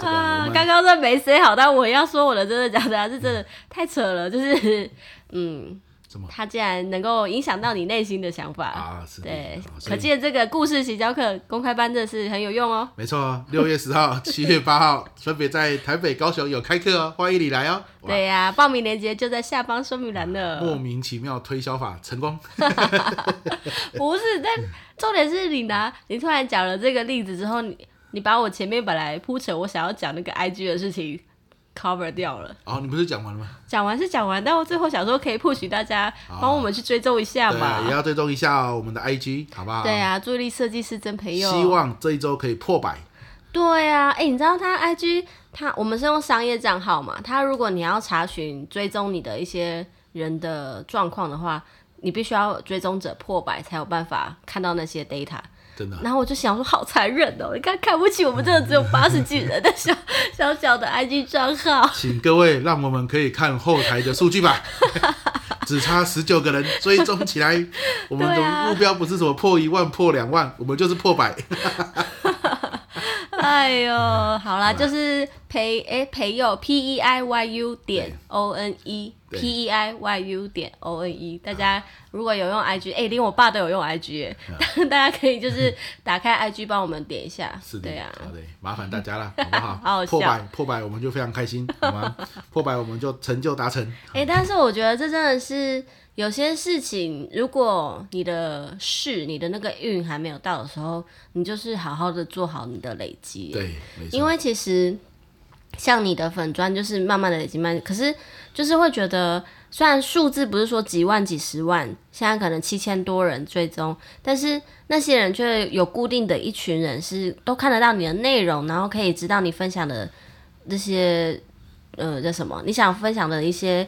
[SPEAKER 1] 这个我
[SPEAKER 2] 啊，刚
[SPEAKER 1] 们
[SPEAKER 2] 刚这没谁好，但我要说我的真的假的、啊，是真的太扯了，就是嗯，
[SPEAKER 1] 怎么
[SPEAKER 2] 他竟然能够影响到你内心的想法，
[SPEAKER 1] 啊？是的
[SPEAKER 2] 对
[SPEAKER 1] 啊，所
[SPEAKER 2] 可
[SPEAKER 1] 以
[SPEAKER 2] 见这个故事洗脚课公开班真的是很有用哦。
[SPEAKER 1] 没错，六月十 号、七月八号分别在台北、高雄有开课哦，欢迎你来哦。哇，
[SPEAKER 2] 对啊呀、报名链接就在下方说明栏
[SPEAKER 1] 莫
[SPEAKER 2] 了。
[SPEAKER 1] 名其妙推销法成功，
[SPEAKER 2] 不是，但重点是你拿你突然讲了这个例子之后，你你把我前面本来铺陈我想要讲那个 IG 的事情 cover 掉了。
[SPEAKER 1] 哦，你不是讲完了吗？
[SPEAKER 2] 讲完是讲完，但我最后想说可以 push 大家帮我们去追踪一下
[SPEAKER 1] 对
[SPEAKER 2] 嘛。
[SPEAKER 1] 啊，也要追踪一下我们的 IG，好不好？
[SPEAKER 2] 对啊，注哎意力设计师真培佑。
[SPEAKER 1] 希望这一周可以破百。
[SPEAKER 2] 对啊，哎、你知道他 IG 他我们是用商业账号嘛？他如果你要查询追踪你的一些人的状况的话，你必须要追踪者破百才有办法看到那些 data。
[SPEAKER 1] 真的，
[SPEAKER 2] 然后我就想说，好残忍哦！你看看不起我们这个只有八十几人的小 小小的 IG 账号。
[SPEAKER 1] 请各位让我们可以看后台的数据 吧，只差十九个人追踪起来。我们
[SPEAKER 2] 对啊
[SPEAKER 1] 的目标不是什么破一万、破两万，我们就是破百。
[SPEAKER 2] 哎呦，
[SPEAKER 1] 嗯
[SPEAKER 2] 好啦，就是培哎、培佑 P E I Y U 点 O N E
[SPEAKER 1] 对
[SPEAKER 2] P E I Y U 点 O N E，大家如果有用 I G，哎、连我爸都有用 I G，哎、 大家可以就是打开 I G 帮我们点一下
[SPEAKER 1] 嗯是，的，
[SPEAKER 2] 对啊，
[SPEAKER 1] 好的，麻烦大 家了，好不好？
[SPEAKER 2] 好好笑
[SPEAKER 1] 破百，破百我们就非常开心，好 吗？破百我们就成就达成。
[SPEAKER 2] 哎、但是我觉得这真的是有些事情，如果你的事、你的那个运还没有到的时候，你就是好好的做好你的累积，
[SPEAKER 1] 对，没错。
[SPEAKER 2] 因为其实像你的粉砖就是慢慢的累积，慢，可是就是会觉得，虽然数字不是说几万、几十万，现在可能七千多人追踪，但是那些人却有固定的一群人是都看得到你的内容，然后可以知道你分享的这些呃叫什么，你想分享的一些。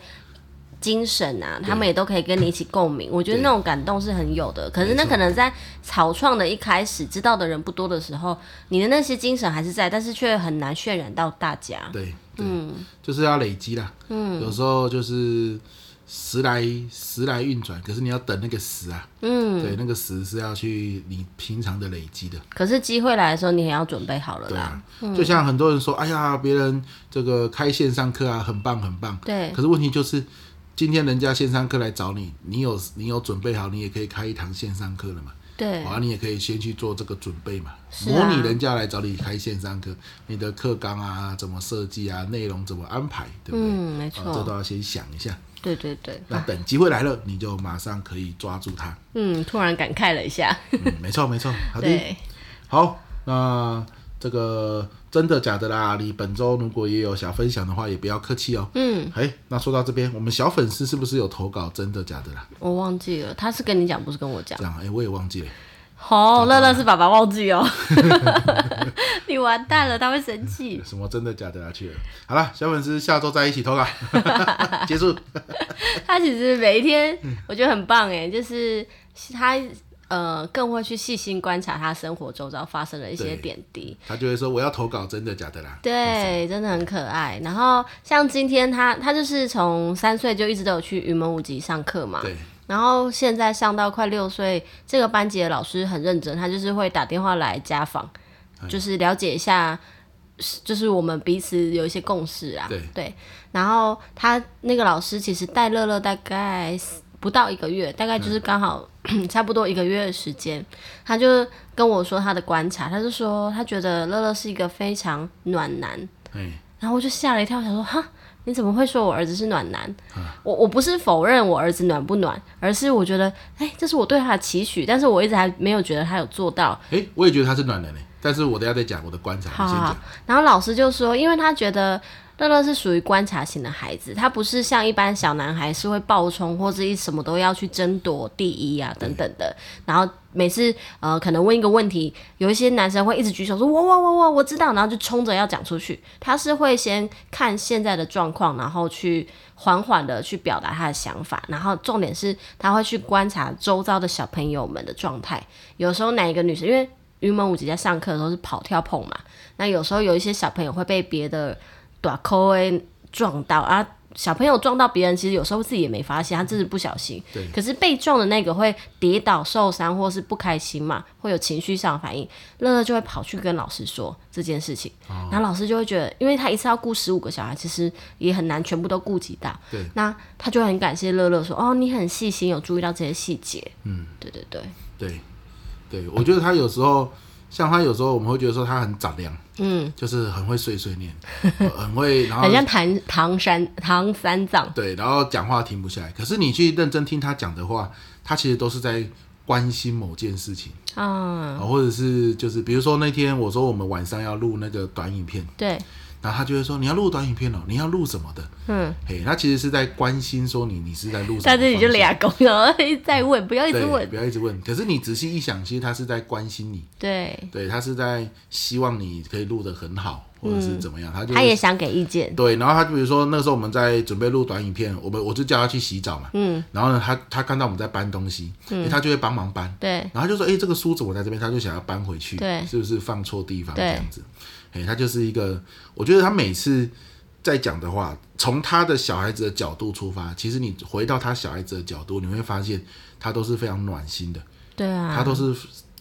[SPEAKER 2] 精神啊，他们也都可以跟你一起共鸣，我觉得
[SPEAKER 1] 对
[SPEAKER 2] 那种感动是很有的。可是
[SPEAKER 1] 没
[SPEAKER 2] 那
[SPEAKER 1] 错
[SPEAKER 2] 可能在草创的一开始，知道的人不多的时候，你的那些精神还是在，但是却很难渲染到大家。
[SPEAKER 1] 对，对，
[SPEAKER 2] 嗯
[SPEAKER 1] 就是要累积啦。嗯，有时候就是时来时来运转，可是你要等那个时啊。嗯，对，那个时是要去你平常的累积的。
[SPEAKER 2] 可是机会来的时候，你也要准备好了
[SPEAKER 1] 对
[SPEAKER 2] 啦。
[SPEAKER 1] 啊，就像很多人说，哎呀，别人这个开线上课啊，很棒很棒。
[SPEAKER 2] 对
[SPEAKER 1] 可是问题就是，今天人家线上课来找你，你有你有准备好，你也可以开一堂线上课了嘛。
[SPEAKER 2] 对
[SPEAKER 1] 好啊，你也可以先去做这个准备嘛，
[SPEAKER 2] 是
[SPEAKER 1] 模
[SPEAKER 2] 啊
[SPEAKER 1] 拟人家来找你开线上课，你的课纲啊，怎么设计啊，内容怎么安排，对不对？
[SPEAKER 2] 嗯没错
[SPEAKER 1] 啊这都要先想一下。
[SPEAKER 2] 对对对，
[SPEAKER 1] 那等机会来了，你就马上可以抓住它。
[SPEAKER 2] 嗯，突然感慨了一下，
[SPEAKER 1] 嗯，没错没错，好的。
[SPEAKER 2] 对，
[SPEAKER 1] 好，那这个真的假的啦？你本周如果也有想分享的话，也不要客气哦。
[SPEAKER 2] 嗯，
[SPEAKER 1] 哎，那说到这边，我们小粉丝是不是有投稿真的假的啦？
[SPEAKER 2] 我忘记了，他是跟你讲，不是跟我讲
[SPEAKER 1] 这。样，哎，我也忘记了。
[SPEAKER 2] 哦，乐乐是爸爸忘 记哦，你完蛋了，他会生气。
[SPEAKER 1] 什么真的假的啊？去了。好了，小粉丝下周再一起投 稿， 结束。
[SPEAKER 2] 他其实每一天我觉得很棒哎，就是他呃更会去细心观察他生活周遭发生的一些
[SPEAKER 1] 对
[SPEAKER 2] 点滴。
[SPEAKER 1] 他就会说我要投稿真的假的啦。
[SPEAKER 2] 对，真的很可爱。然后像今天他，他就是从三岁就一直都有去云门舞集上课嘛。
[SPEAKER 1] 对，
[SPEAKER 2] 然后现在上到快六岁，这个班级的老师很认真，他就是会打电话来家访，就是了解一下，是就是我们彼此有一些共识啊。
[SPEAKER 1] 对
[SPEAKER 2] 然后他那个老师其实带乐乐大概不到一个月，大概就是刚好、嗯差不多一个月的时间，他就跟我说他的观察，他就说他觉得乐乐是一个非常暖男，
[SPEAKER 1] 哎，
[SPEAKER 2] 然后我就吓了一跳，想说哈，你怎么会说我儿子是暖男？我我不是否认我儿子暖不暖，而是我觉得，哎、这是我对他的期许，但是我一直还没有觉得他有做到。
[SPEAKER 1] 哎，我也觉得他是暖男嘞，但是我等一下再讲我的观察，
[SPEAKER 2] 好
[SPEAKER 1] 你先
[SPEAKER 2] 好
[SPEAKER 1] 讲
[SPEAKER 2] 好。，然后老师就说，因为他觉得乐乐是属于观察型的孩子，他不是像一般小男孩是会暴冲或者一什么都要去争夺第一啊等等的。然后每次呃可能问一个问题，有一些男生会一直举手说我我我我我知道，然后就冲着要讲出去。他是会先看现在的状况，然后去缓缓的去表达他的想法，然后重点是他会去观察周遭的小朋友们的状态。有时候哪一个女生，因为云门舞集在上课的时候是跑跳碰嘛，那有时候有一些小朋友会被别的短扣 A 撞到啊。小朋友撞到别人，其实有时候自己也没发现，他真是不小心。
[SPEAKER 1] 对
[SPEAKER 2] 可是被撞的那个会跌倒、受伤，或是不开心嘛，会有情绪上的反应。乐乐就会跑去跟老师说这件事情，
[SPEAKER 1] 哦
[SPEAKER 2] 然后老师就会觉得，因为他一次要顾十五个小孩，其实也很难全部都顾及到。
[SPEAKER 1] 对，
[SPEAKER 2] 那他就很感谢乐乐说：“哦，你很细心，有注意到这些细节。”嗯，对对对，
[SPEAKER 1] 对，对，我觉得他有时候，像他有时候我们会觉得说他很长量，
[SPEAKER 2] 嗯，
[SPEAKER 1] 就是很会碎碎 念，呃很会，然后
[SPEAKER 2] 很像唐唐三唐三藏。
[SPEAKER 1] 对，然后讲话停不下来。可是你去认真听他讲的话，他其实都是在关心某件事情，
[SPEAKER 2] 啊，
[SPEAKER 1] 啊，或者是就是比如说那天我说我们晚上要录那个短影片，
[SPEAKER 2] 对，
[SPEAKER 1] 然后他就会说你要录短影片哦，你要录什么的？
[SPEAKER 2] 嗯，
[SPEAKER 1] 嘿，他其实是在关心说你你是在录什么方向。
[SPEAKER 2] 在这里就俩公，然后一直在问，不要一直
[SPEAKER 1] 对，
[SPEAKER 2] 问。
[SPEAKER 1] 不要一直问。可是你仔细一想，其实他是在关心你，
[SPEAKER 2] 对，
[SPEAKER 1] 对他是在希望你可以录得很好，或者是怎么样，他就
[SPEAKER 2] 他也想给意见。
[SPEAKER 1] 对，然后他就比如说那个时候我们在准备录短影片，我们我就叫他去洗澡嘛，嗯，然后呢，他他看到我们在搬东西，嗯，他就会帮忙搬，
[SPEAKER 2] 对，
[SPEAKER 1] 然后他就说，哎、这个梳子我在这边，他就想要搬回去，
[SPEAKER 2] 对
[SPEAKER 1] 是不是放错地方这
[SPEAKER 2] 对
[SPEAKER 1] 样子？哎、他就是一个，我觉得他每次在讲的话，从他的小孩子的角度出发，其实你回到他小孩子的角度，你会发现他都是非常暖心的，
[SPEAKER 2] 对
[SPEAKER 1] 他
[SPEAKER 2] 啊，
[SPEAKER 1] 都是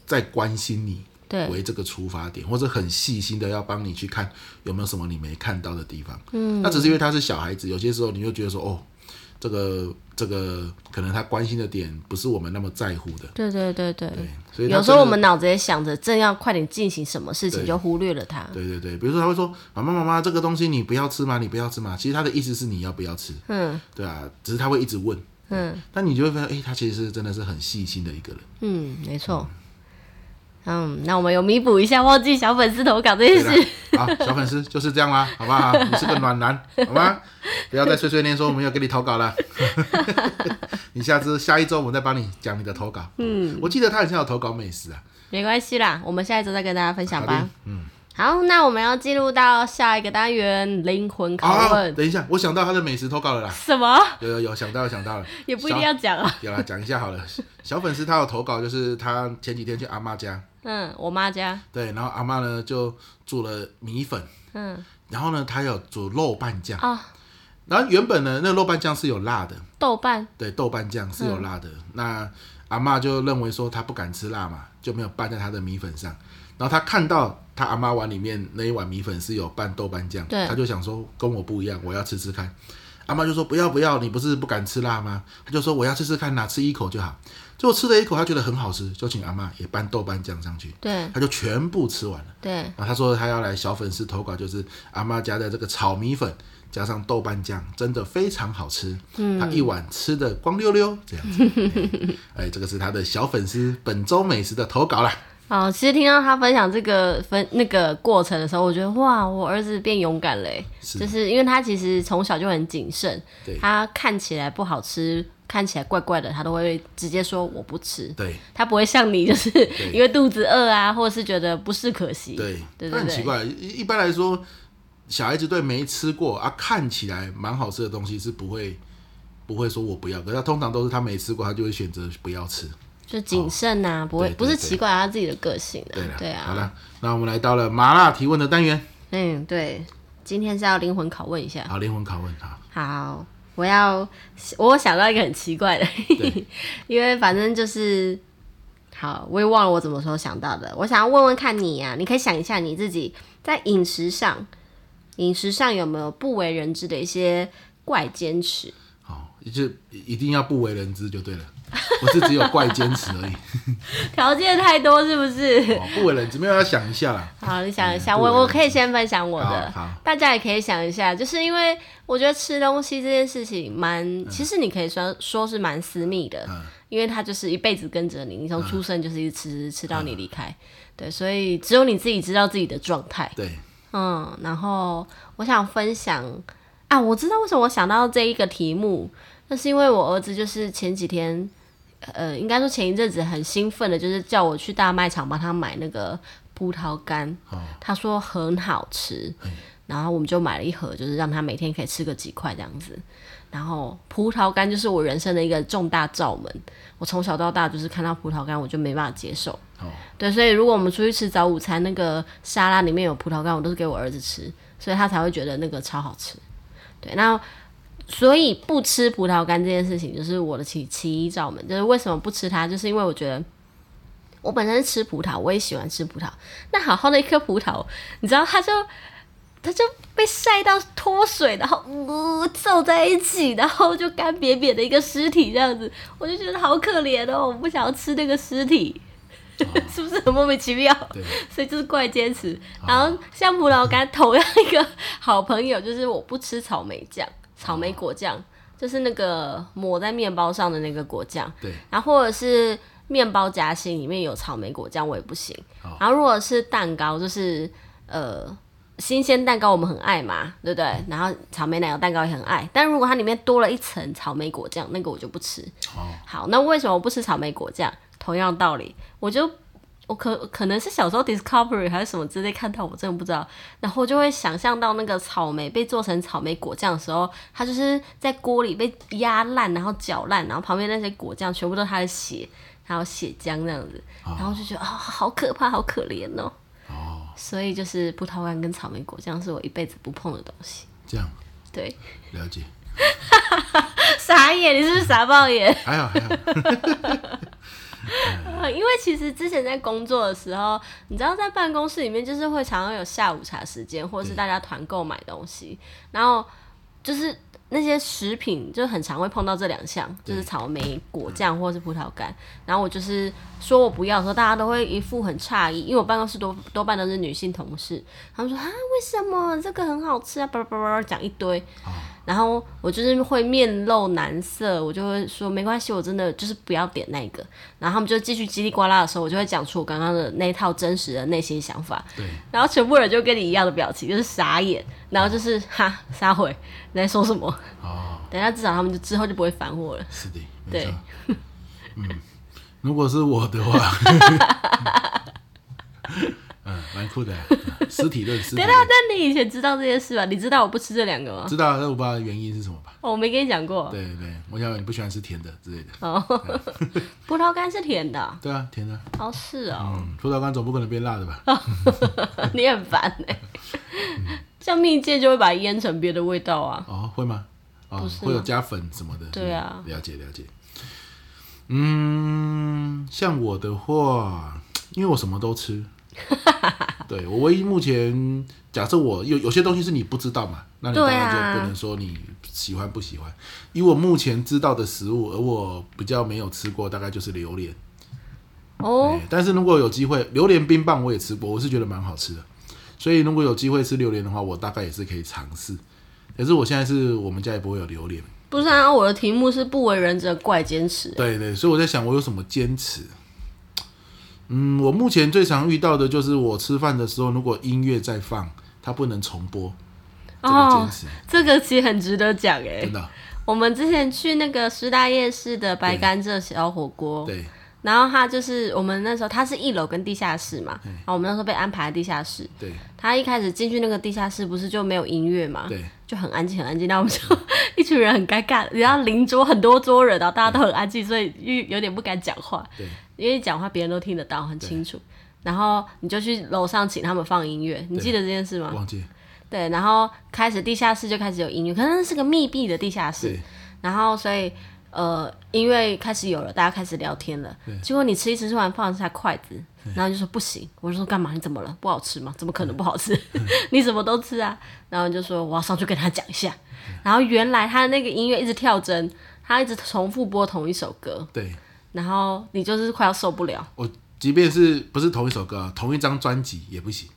[SPEAKER 1] 在关心你，
[SPEAKER 2] 对，
[SPEAKER 1] 为这个出发点，或者很细心的要帮你去看有没有什么你没看到的地方。嗯，那只是因为他是小孩子，有些时候你就觉得说，哦，这个这个可能他关心的点不是我们那么在乎的，
[SPEAKER 2] 对对对对。
[SPEAKER 1] 对，所以他
[SPEAKER 2] 有时
[SPEAKER 1] 真
[SPEAKER 2] 候
[SPEAKER 1] 的
[SPEAKER 2] 我们脑子也想着正要快点进行什么事情，就忽略了他。
[SPEAKER 1] 对对对，比如说他会说，妈妈妈妈，这个东西你不要吃吗？你不要吃吗？其实他的意思是你要不要吃，
[SPEAKER 2] 嗯
[SPEAKER 1] 对啊，只是他会一直问，
[SPEAKER 2] 嗯
[SPEAKER 1] 但你就会发现，哎、他其实真的是很细心的一个人。
[SPEAKER 2] 嗯，没错。嗯，那我们有弥补一下忘记小粉丝投稿这件事。
[SPEAKER 1] 对啦，好，小粉丝就是这样啦，好不好？你是个暖男，好吗？不要再碎碎念说我们要给你投稿 了。 你下次下一周我们再帮你讲你的投稿。嗯，我记得他好像有投稿美食啊。
[SPEAKER 2] 没关系啦，我们下一周再跟大家分享
[SPEAKER 1] 好
[SPEAKER 2] 吧
[SPEAKER 1] 的。嗯，
[SPEAKER 2] 好，那我们要进入到下一个单元——灵魂拷
[SPEAKER 1] 啊，
[SPEAKER 2] 问。
[SPEAKER 1] 等一下，我想到他的美食投稿了啦。
[SPEAKER 2] 什么？
[SPEAKER 1] 有有有，想到了想到了，
[SPEAKER 2] 也不一定要讲啊。
[SPEAKER 1] 小。有啦，讲一下好了。小粉丝他有投稿，就是他前几天去阿妈家，
[SPEAKER 2] 嗯，我妈家。
[SPEAKER 1] 对，然后阿妈呢就煮了米粉，
[SPEAKER 2] 嗯
[SPEAKER 1] 然后呢她有煮肉拌酱，
[SPEAKER 2] 啊，
[SPEAKER 1] 然后原本呢那肉拌酱是有辣的，
[SPEAKER 2] 豆瓣。
[SPEAKER 1] 对，豆瓣酱是有辣的。那阿嬷就认为说她不敢吃辣嘛，就没有拌在她的米粉上。然后她看到她阿妈碗里面那一碗米粉是有拌豆瓣酱，
[SPEAKER 2] 对
[SPEAKER 1] 她就想说跟我不一样，我要吃吃看。阿妈就说不要不要，你不是不敢吃辣吗？她就说我要吃吃看呐、吃一口就好。就我吃了一口，他觉得很好吃，就请阿嬷也搬豆瓣酱上去，
[SPEAKER 2] 对
[SPEAKER 1] 他就全部吃完了。
[SPEAKER 2] 对，
[SPEAKER 1] 啊然后他说他要来小粉丝投稿，就是阿嬷家的这个炒米粉加上豆瓣酱，真的非常好吃。嗯，他一碗吃的光溜溜这样子。哎，哎这个是他的小粉丝本周美食的投稿啦。
[SPEAKER 2] 哦，其实听到他分享这个分那个过程的时候，我觉得哇，我儿子变勇敢了耶，欸
[SPEAKER 1] 是
[SPEAKER 2] 就是因为他其实从小就很谨慎
[SPEAKER 1] 对，
[SPEAKER 2] 他看起来不好吃，看起来怪怪的，他都会直接说我不吃，
[SPEAKER 1] 对
[SPEAKER 2] 他不会像你就是 因为肚子饿啊，或者是觉得不是可惜，
[SPEAKER 1] 对，
[SPEAKER 2] 对
[SPEAKER 1] 那
[SPEAKER 2] 对
[SPEAKER 1] 很奇
[SPEAKER 2] 对，
[SPEAKER 1] 怪，一一般来说，小孩子对没吃过啊看起来蛮好吃的东西是不会。不会说我不要，可是他通常都是他没吃过，他就会选择不要吃。
[SPEAKER 2] 就谨慎啊，不会
[SPEAKER 1] 哦对对
[SPEAKER 2] 不是
[SPEAKER 1] 对
[SPEAKER 2] 奇怪啊，他自己的个性啊
[SPEAKER 1] 对了，，
[SPEAKER 2] 对
[SPEAKER 1] 好
[SPEAKER 2] 啊，
[SPEAKER 1] 了，那我们来到了麻辣提问的单元，
[SPEAKER 2] 嗯对，今天是要灵魂拷问一下，
[SPEAKER 1] 好，灵魂拷问啊，
[SPEAKER 2] 好，我要我想到一个很奇怪的， 因为反正就是好，我也忘了我怎么时候想到的。我想要问问看你啊，你可以想一下你自己在饮食上，饮食上有没有不为人知的一些怪坚持？
[SPEAKER 1] 好，就一定要不为人知就对了， 不是只有怪坚持 而已。
[SPEAKER 2] 条件太多是不是？
[SPEAKER 1] 哦，不为人知，没有要想一下啦。
[SPEAKER 2] 好，你想一下，
[SPEAKER 1] 嗯不为
[SPEAKER 2] 我
[SPEAKER 1] 人
[SPEAKER 2] 我可以先分享我的
[SPEAKER 1] 好好，
[SPEAKER 2] 大家也可以想一下，就是因为我觉得吃东西这件事情蛮，其实你可以说说是蛮私密的，
[SPEAKER 1] 嗯
[SPEAKER 2] 因为它就是一辈子跟着你，你从出生就是一直吃吃到你
[SPEAKER 1] 嗯
[SPEAKER 2] 离开，对，所以只有你自己知道自己的状态，
[SPEAKER 1] 对，
[SPEAKER 2] 嗯，然后我想分享啊，我知道为什么我想到这一个题目，那是因为我儿子就是前几天，呃，应该说前一阵子很兴奋的，就是叫我去大卖场帮他买那个葡萄干，
[SPEAKER 1] 哦
[SPEAKER 2] 他说很好吃，然后我们就买了一盒，就是让他每天可以吃个几块这样子。然后葡萄干就是我人生的一个重大罩门，我从小到大就是看到葡萄干我就没办法接受。
[SPEAKER 1] 哦，
[SPEAKER 2] 对，所以如果我们出去吃早午餐，那个沙拉里面有葡萄干，我都是给我儿子吃，所以他才会觉得那个超好吃。对，那所以不吃葡萄干这件事情，就是我的其其一罩门，就是为什么不吃它，就是因为我觉得。我本身是吃葡萄，我也喜欢吃葡萄。那好好的一颗葡萄，你知道，它就它就被晒到脱水，然后呜、皱在一起，然后就干瘪瘪的一个尸体这样子，我就觉得好可怜哦，我不想要吃那个尸体， 是不是很莫名其妙？
[SPEAKER 1] 对，
[SPEAKER 2] 所以就是怪坚持。然后像葡萄干，同样一个好朋友就是我不吃草莓酱、草莓果
[SPEAKER 1] 哦
[SPEAKER 2] 酱，就是那个抹在面包上的那个果酱。
[SPEAKER 1] 对，
[SPEAKER 2] 然后或者是面包夹心里面有草莓果酱，我也不行。然后如果是蛋糕，就是呃新鲜蛋糕我们很爱嘛，对不对？然后草莓奶油蛋糕也很爱，但如果它里面多了一层草莓果酱，那个我就不吃。
[SPEAKER 1] 哦
[SPEAKER 2] 好，那为什么我不吃草莓果酱？同样道理，我就。我可可能是小时候 Discovery 还是什么之类看到，我真的不知道。然后我就会想象到那个草莓被做成草莓果酱的时候，它就是在锅里被压烂，然后搅烂，然后旁边那些果酱全部都是它的血，还有血浆这样子。然后我就觉得哦，好可怕，好可怜哦。
[SPEAKER 1] 哦，
[SPEAKER 2] 所以就是葡萄干跟草莓果酱是我一辈子不碰的东西。
[SPEAKER 1] 这样
[SPEAKER 2] 对，
[SPEAKER 1] 了解，
[SPEAKER 2] 傻眼，你是不是傻爆眼？
[SPEAKER 1] 还好还好，
[SPEAKER 2] 呃 因为其实之前在工作的时候，你知道在办公室里面就是会常常有下午茶时间，或者是大家团购买东西，然后就是那些食品就很常会碰到这两项，就是草莓果酱或是葡萄干。然后我就是说我不要的时候，大家都会一副很诧异，因为我办公室多多半都是女性同事，他们说啊为什么这个很好吃啊，叭叭叭叭讲一堆。然后我就是会面露难色，我就会说没关系，我真的就是不要点那个。然后他们就继续叽里呱啦的时候，我就会讲出我刚刚的那一套真实的内心想法。
[SPEAKER 1] 对，
[SPEAKER 2] 然后全部人就跟你一样的表情，就是傻眼，然后就是哈撒回你在说什么？
[SPEAKER 1] 哦，
[SPEAKER 2] 等一下至少他们就之后就不会烦我了。
[SPEAKER 1] 是的，没
[SPEAKER 2] 对
[SPEAKER 1] 错，嗯，如果是我的 话，嗯，蛮酷的，嗯尸体论，尸体
[SPEAKER 2] 等
[SPEAKER 1] 论
[SPEAKER 2] 一下，，啊那你以前知道这件事吧？你知道我不吃这两个吗？
[SPEAKER 1] 知道，但我不知道原因是什么吧？
[SPEAKER 2] 哦，我没跟你讲过。
[SPEAKER 1] 对对对，我想你不喜欢吃甜的之类的，
[SPEAKER 2] 哦，葡萄干是甜的啊、
[SPEAKER 1] 对啊，甜的，
[SPEAKER 2] 哦是 哦，
[SPEAKER 1] 嗯，葡萄干总不可能变辣的吧？
[SPEAKER 2] 你很烦哎、 像蜜饯就会把它腌成别的味道啊。
[SPEAKER 1] 哦，会吗？哦
[SPEAKER 2] 不是，吗啊
[SPEAKER 1] 会有加粉什么的。
[SPEAKER 2] 对啊
[SPEAKER 1] 嗯了解了解。 嗯，像我的话，因为我什么都吃，对我唯一目前，假设我有有些东西是你不知道嘛，那你当
[SPEAKER 2] 对啊
[SPEAKER 1] 然就不能说你喜欢不喜欢。以我目前知道的食物，而我比较没有吃过，大概就是榴莲。
[SPEAKER 2] 哦
[SPEAKER 1] 哎，但是如果有机会，榴莲冰棒我也吃过，我是觉得蛮好吃的。所以如果有机会吃榴莲的话，我大概也是可以尝试。可是我现在是我们家也不会有榴莲，
[SPEAKER 2] 不是啊，我的题目是不为人者怪坚持。
[SPEAKER 1] 对对，所以我在想我有什么坚持。嗯，我目前最常遇到的就是我吃饭的时候，如果音乐在放，它不能重播，这个
[SPEAKER 2] 哦
[SPEAKER 1] 坚持、
[SPEAKER 2] 这个其实很值得讲哎、
[SPEAKER 1] 真的。
[SPEAKER 2] 我们之前去那个师大夜市的白甘蔗小火锅，
[SPEAKER 1] 对，
[SPEAKER 2] 然后它就是我们那时候它是一楼跟地下室嘛，然后我们那时候被安排地下室。
[SPEAKER 1] 对
[SPEAKER 2] 他一开始进去那个地下室，不是就没有音乐嘛？
[SPEAKER 1] 对
[SPEAKER 2] 就很安静，很安静。那我们就 一群人很尴尬，然后邻桌很多桌人，然后大家都很安静，所以又有点不敢讲话，
[SPEAKER 1] 对
[SPEAKER 2] 因为讲话别人都听得到，很清楚。然后你就去楼上请他们放音乐，你记得这件事吗？
[SPEAKER 1] 忘记
[SPEAKER 2] 对，然后开始地下室就开始有音乐，可是那是个密闭的地下室
[SPEAKER 1] 对，
[SPEAKER 2] 然后所以呃，因为开始有了，大家开始聊天了，结果你吃一吃，突然放下筷子，然后就说不行，我就说干嘛？你怎么了？不好吃吗？怎么可能不好吃？ 你什么都吃啊？然后你就说我要上去跟他讲一下，然后原来他的那个音乐一直跳针，他一直重复播同一首歌，
[SPEAKER 1] 对。
[SPEAKER 2] 然后你就是快要受不了，
[SPEAKER 1] 我即便是不是同一首歌、啊，同一张专辑也不行。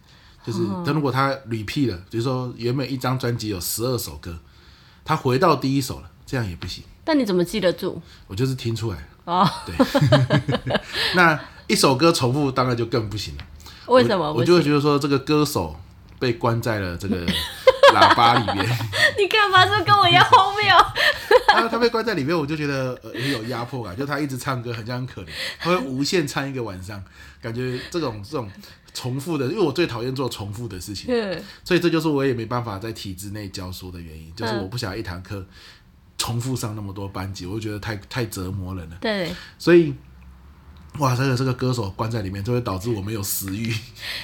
[SPEAKER 1] 就是
[SPEAKER 2] 嗯
[SPEAKER 1] 他如果他 repeat 了，比如说原本一张专辑有十二首歌，他回到第一首了，这样也不行。
[SPEAKER 2] 但你怎么记得住？
[SPEAKER 1] 我就是听出来了，
[SPEAKER 2] 哦，
[SPEAKER 1] 那一首歌重复当然就更不行了。
[SPEAKER 2] 为什么
[SPEAKER 1] 我
[SPEAKER 2] 不
[SPEAKER 1] 我就会
[SPEAKER 2] 行？
[SPEAKER 1] 觉得说这个歌手被关在了这个喇叭里面，
[SPEAKER 2] 你干嘛说跟我一样 荒谬？
[SPEAKER 1] 他他被关在里面，我就觉得呃很有压迫感，就他一直唱歌，很像很可怜，他会无限唱一个晚上，感觉这种这种重复的，因为我最讨厌做重复的事情，
[SPEAKER 2] 嗯
[SPEAKER 1] 所以这就是我也没办法在体制内教书的原因，就是
[SPEAKER 2] 嗯
[SPEAKER 1] 我不想一堂课重复上那么多班级，我就觉得太太折磨人了，
[SPEAKER 2] 对，
[SPEAKER 1] 所以。哇，这个这个歌手关在里面，就会导致我没有食欲。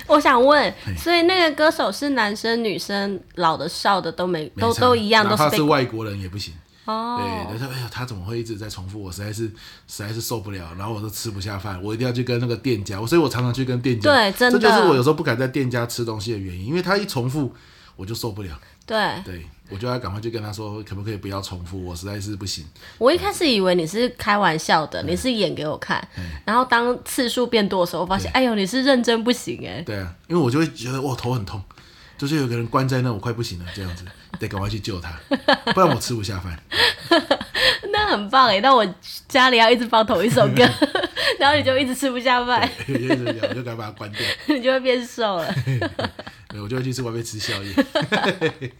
[SPEAKER 2] 我想问，所以那个歌手是男生、女生、老的、少的都没都都一样，
[SPEAKER 1] 哪
[SPEAKER 2] 都是
[SPEAKER 1] 怕
[SPEAKER 2] 被
[SPEAKER 1] 是外国人也不行。
[SPEAKER 2] 哦，
[SPEAKER 1] 对，他说：“哎呀，他怎么会一直在重复？我实在是实在是受不了，然后我都吃不下饭，我一定要去跟那个店家，所以我常常去跟店家。
[SPEAKER 2] 对真的
[SPEAKER 1] 这就是我有时候不敢在店家吃东西的原因，因为他一重复我就受不了，
[SPEAKER 2] 对。
[SPEAKER 1] 对我就要赶快去跟他说，可不可以不要重复？我实在是不行。
[SPEAKER 2] 我一开始以为你是开玩笑的，你是演给我看，然后当次数变多的时候，我发现，哎呦，你是认真不行哎。
[SPEAKER 1] 对啊，因为我就会觉得哇头很痛，就是有个人关在那，我快不行了这样子，得赶快去救他，不然我吃不下饭。
[SPEAKER 2] 那很棒哎，那我家里要一直放同一首 歌， 然后你就一直吃不下饭，
[SPEAKER 1] 我就这样我就赶快把他关掉，
[SPEAKER 2] 你就会变瘦了，
[SPEAKER 1] 对我就会去吃外面吃宵夜。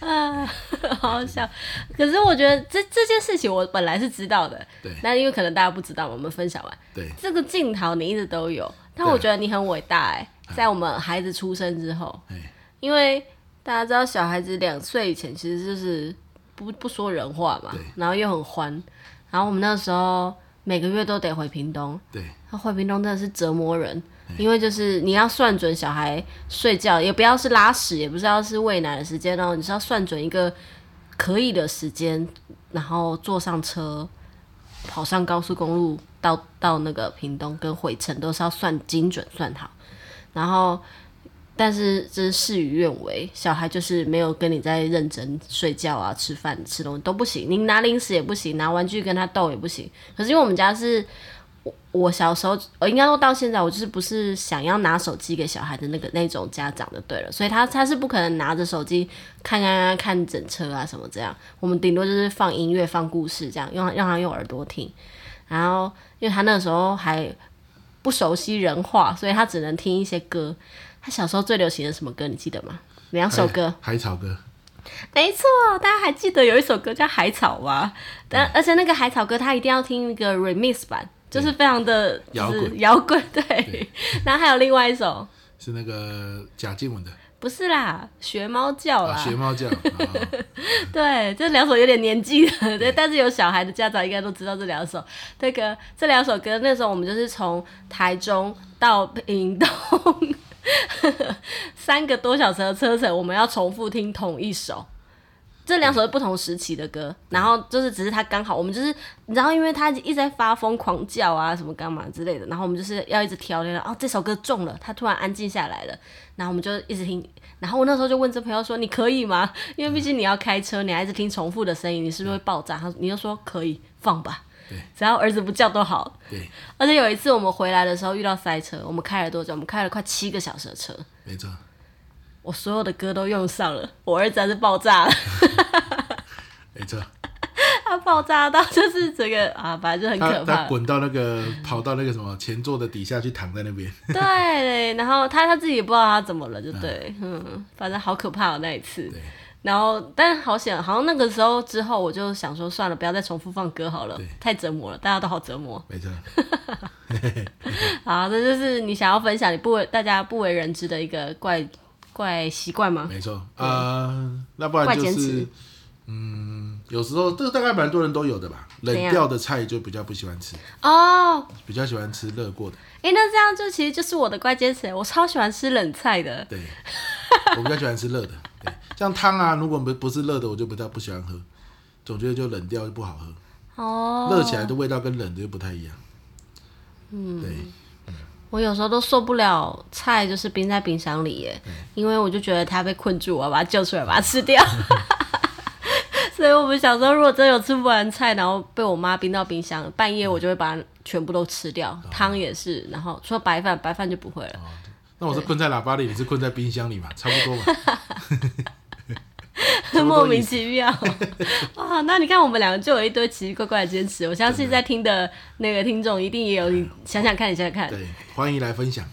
[SPEAKER 2] 好 好笑。可是我觉得这这件事情我本来是知道的，
[SPEAKER 1] 对
[SPEAKER 2] 那因为可能大家不知道嘛，我们分享完，
[SPEAKER 1] 对，
[SPEAKER 2] 这个镜头你一直都有，但
[SPEAKER 1] 对嗯
[SPEAKER 2] 我觉得你很伟大哎、在我们孩子出生之后，
[SPEAKER 1] 哎，
[SPEAKER 2] 因为大家知道小孩子两岁以前其实就是不不说人话嘛
[SPEAKER 1] 对，
[SPEAKER 2] 然后又很欢，然后我们那时候每个月都得回屏东，
[SPEAKER 1] 对
[SPEAKER 2] 那回屏东真的是折磨人，因为就是你要算准小孩睡觉，也不要是拉屎，也不是要是喂奶的时间哦，你是要算准一个可以的时间，然后坐上车，跑上高速公路到到那个屏东跟回程都是要算精准算好，然后。但是这是事与愿违，小孩就是没有跟你在认真睡觉啊、吃饭、吃东西都不行，你拿零食也不行，拿玩具跟他斗也不行。可是因为我们家是我小时候，我应该说到现在，我就是不是想要拿手机给小孩的那个那种家长的，对了，所以他他是不可能拿着手机看看看看整车啊什么这样，我们顶多就是放音乐、放故事这样，让让他用耳朵听。然后，因为他那时候还不熟悉人话，所以他只能听一些歌。他小时候最流行的什么歌，你记得吗？两哦
[SPEAKER 1] 哎
[SPEAKER 2] 首歌，
[SPEAKER 1] 海草歌，
[SPEAKER 2] 没错，大家还记得有一首歌叫《海草》吗？
[SPEAKER 1] 嗯
[SPEAKER 2] 但而且那个《海草》歌，它一定要听一个 remix 版，就是非常的
[SPEAKER 1] 摇滚
[SPEAKER 2] 就是摇滚对。然后还有另外一首，
[SPEAKER 1] 是那个贾静雯的
[SPEAKER 2] 不是啦，学猫叫啦，
[SPEAKER 1] 啊，学猫叫。 啊
[SPEAKER 2] 对，这两首有点年纪了，对，但是有小孩的家长应该都知道这两首。那个这两首歌，那时候我们就是从台中到屏东三个多小时的车程，我们要重复听同一首。这两首是不同时期的歌，然后就是只是他刚好我们就是，然后因为他一直在发疯狂叫啊什么干嘛之类的，然后我们就是要一直挑那个，哦这首歌中了，他突然安静下来了，然后我们就一直听，然后我那时候就问这朋友说你可以吗？因为毕竟你要开车，你还一直听重复的声音，你是不是会爆炸？他你就说可以放吧
[SPEAKER 1] 对，
[SPEAKER 2] 只要儿子不叫都好。
[SPEAKER 1] 对，
[SPEAKER 2] 而且有一次我们回来的时候遇到塞车，我们开了多久？我们开了快七个小时的车，
[SPEAKER 1] 没错。
[SPEAKER 2] 我所有的歌都用上了，我儿子还是爆炸了。
[SPEAKER 1] 没错，
[SPEAKER 2] 他爆炸到就是整个啊，反正就很
[SPEAKER 1] 他
[SPEAKER 2] 可
[SPEAKER 1] 他
[SPEAKER 2] 怕。
[SPEAKER 1] 滚到那个跑到那个什么前座的底下去躺在那 边，
[SPEAKER 2] 对，然后他他自己也不知道他怎么了，就对，嗯，反正好可怕哦那一次。
[SPEAKER 1] 对
[SPEAKER 2] 然后，但好险，好像那个时候之后，我就想说，算了，不要再重复放歌好了
[SPEAKER 1] 对，
[SPEAKER 2] 太折磨了，大家都好折磨。
[SPEAKER 1] 没错，
[SPEAKER 2] 好，这就是你想要分享你不为大家不为人知的一个怪怪习惯吗？
[SPEAKER 1] 没错。呃，那不然就
[SPEAKER 2] 怪减
[SPEAKER 1] 是
[SPEAKER 2] 脂，
[SPEAKER 1] 嗯，有时候这个大概蛮多人都有的吧。冷
[SPEAKER 2] 样
[SPEAKER 1] 掉的菜就比较不喜欢吃，
[SPEAKER 2] 哦，
[SPEAKER 1] 比较喜欢吃热过的。
[SPEAKER 2] 诶，那这样就其实就是我的怪坚持，我超喜欢吃冷菜的。
[SPEAKER 1] 对，我比较喜欢吃热的。对，像汤啊，如果不不是热的，我就比较不喜欢喝，总觉得就冷掉就不好喝。
[SPEAKER 2] 哦，
[SPEAKER 1] 热起来的味道跟冷的又不太一样。嗯，对，
[SPEAKER 2] 我有时候都受不了菜就是冰在冰箱里
[SPEAKER 1] 嗯
[SPEAKER 2] 耶，因为我就觉得它被困住，我要把它救出来，把它吃 掉。所以我们小时候如果真有吃不完菜，然后被我妈冰到冰箱，半夜我就会把它全部都吃
[SPEAKER 1] 哦
[SPEAKER 2] 掉，汤也是，然后除了白饭，白饭就不会了。
[SPEAKER 1] 那我是困在喇叭里，你是困在冰箱里嘛，差不多 嘛。差不多意思
[SPEAKER 2] 莫名 其妙哇！那你看我们两个就有一堆奇奇怪怪的坚持，我相信在听的那个听众一定也有，你想想看，你想想看，
[SPEAKER 1] 对，欢迎来分享，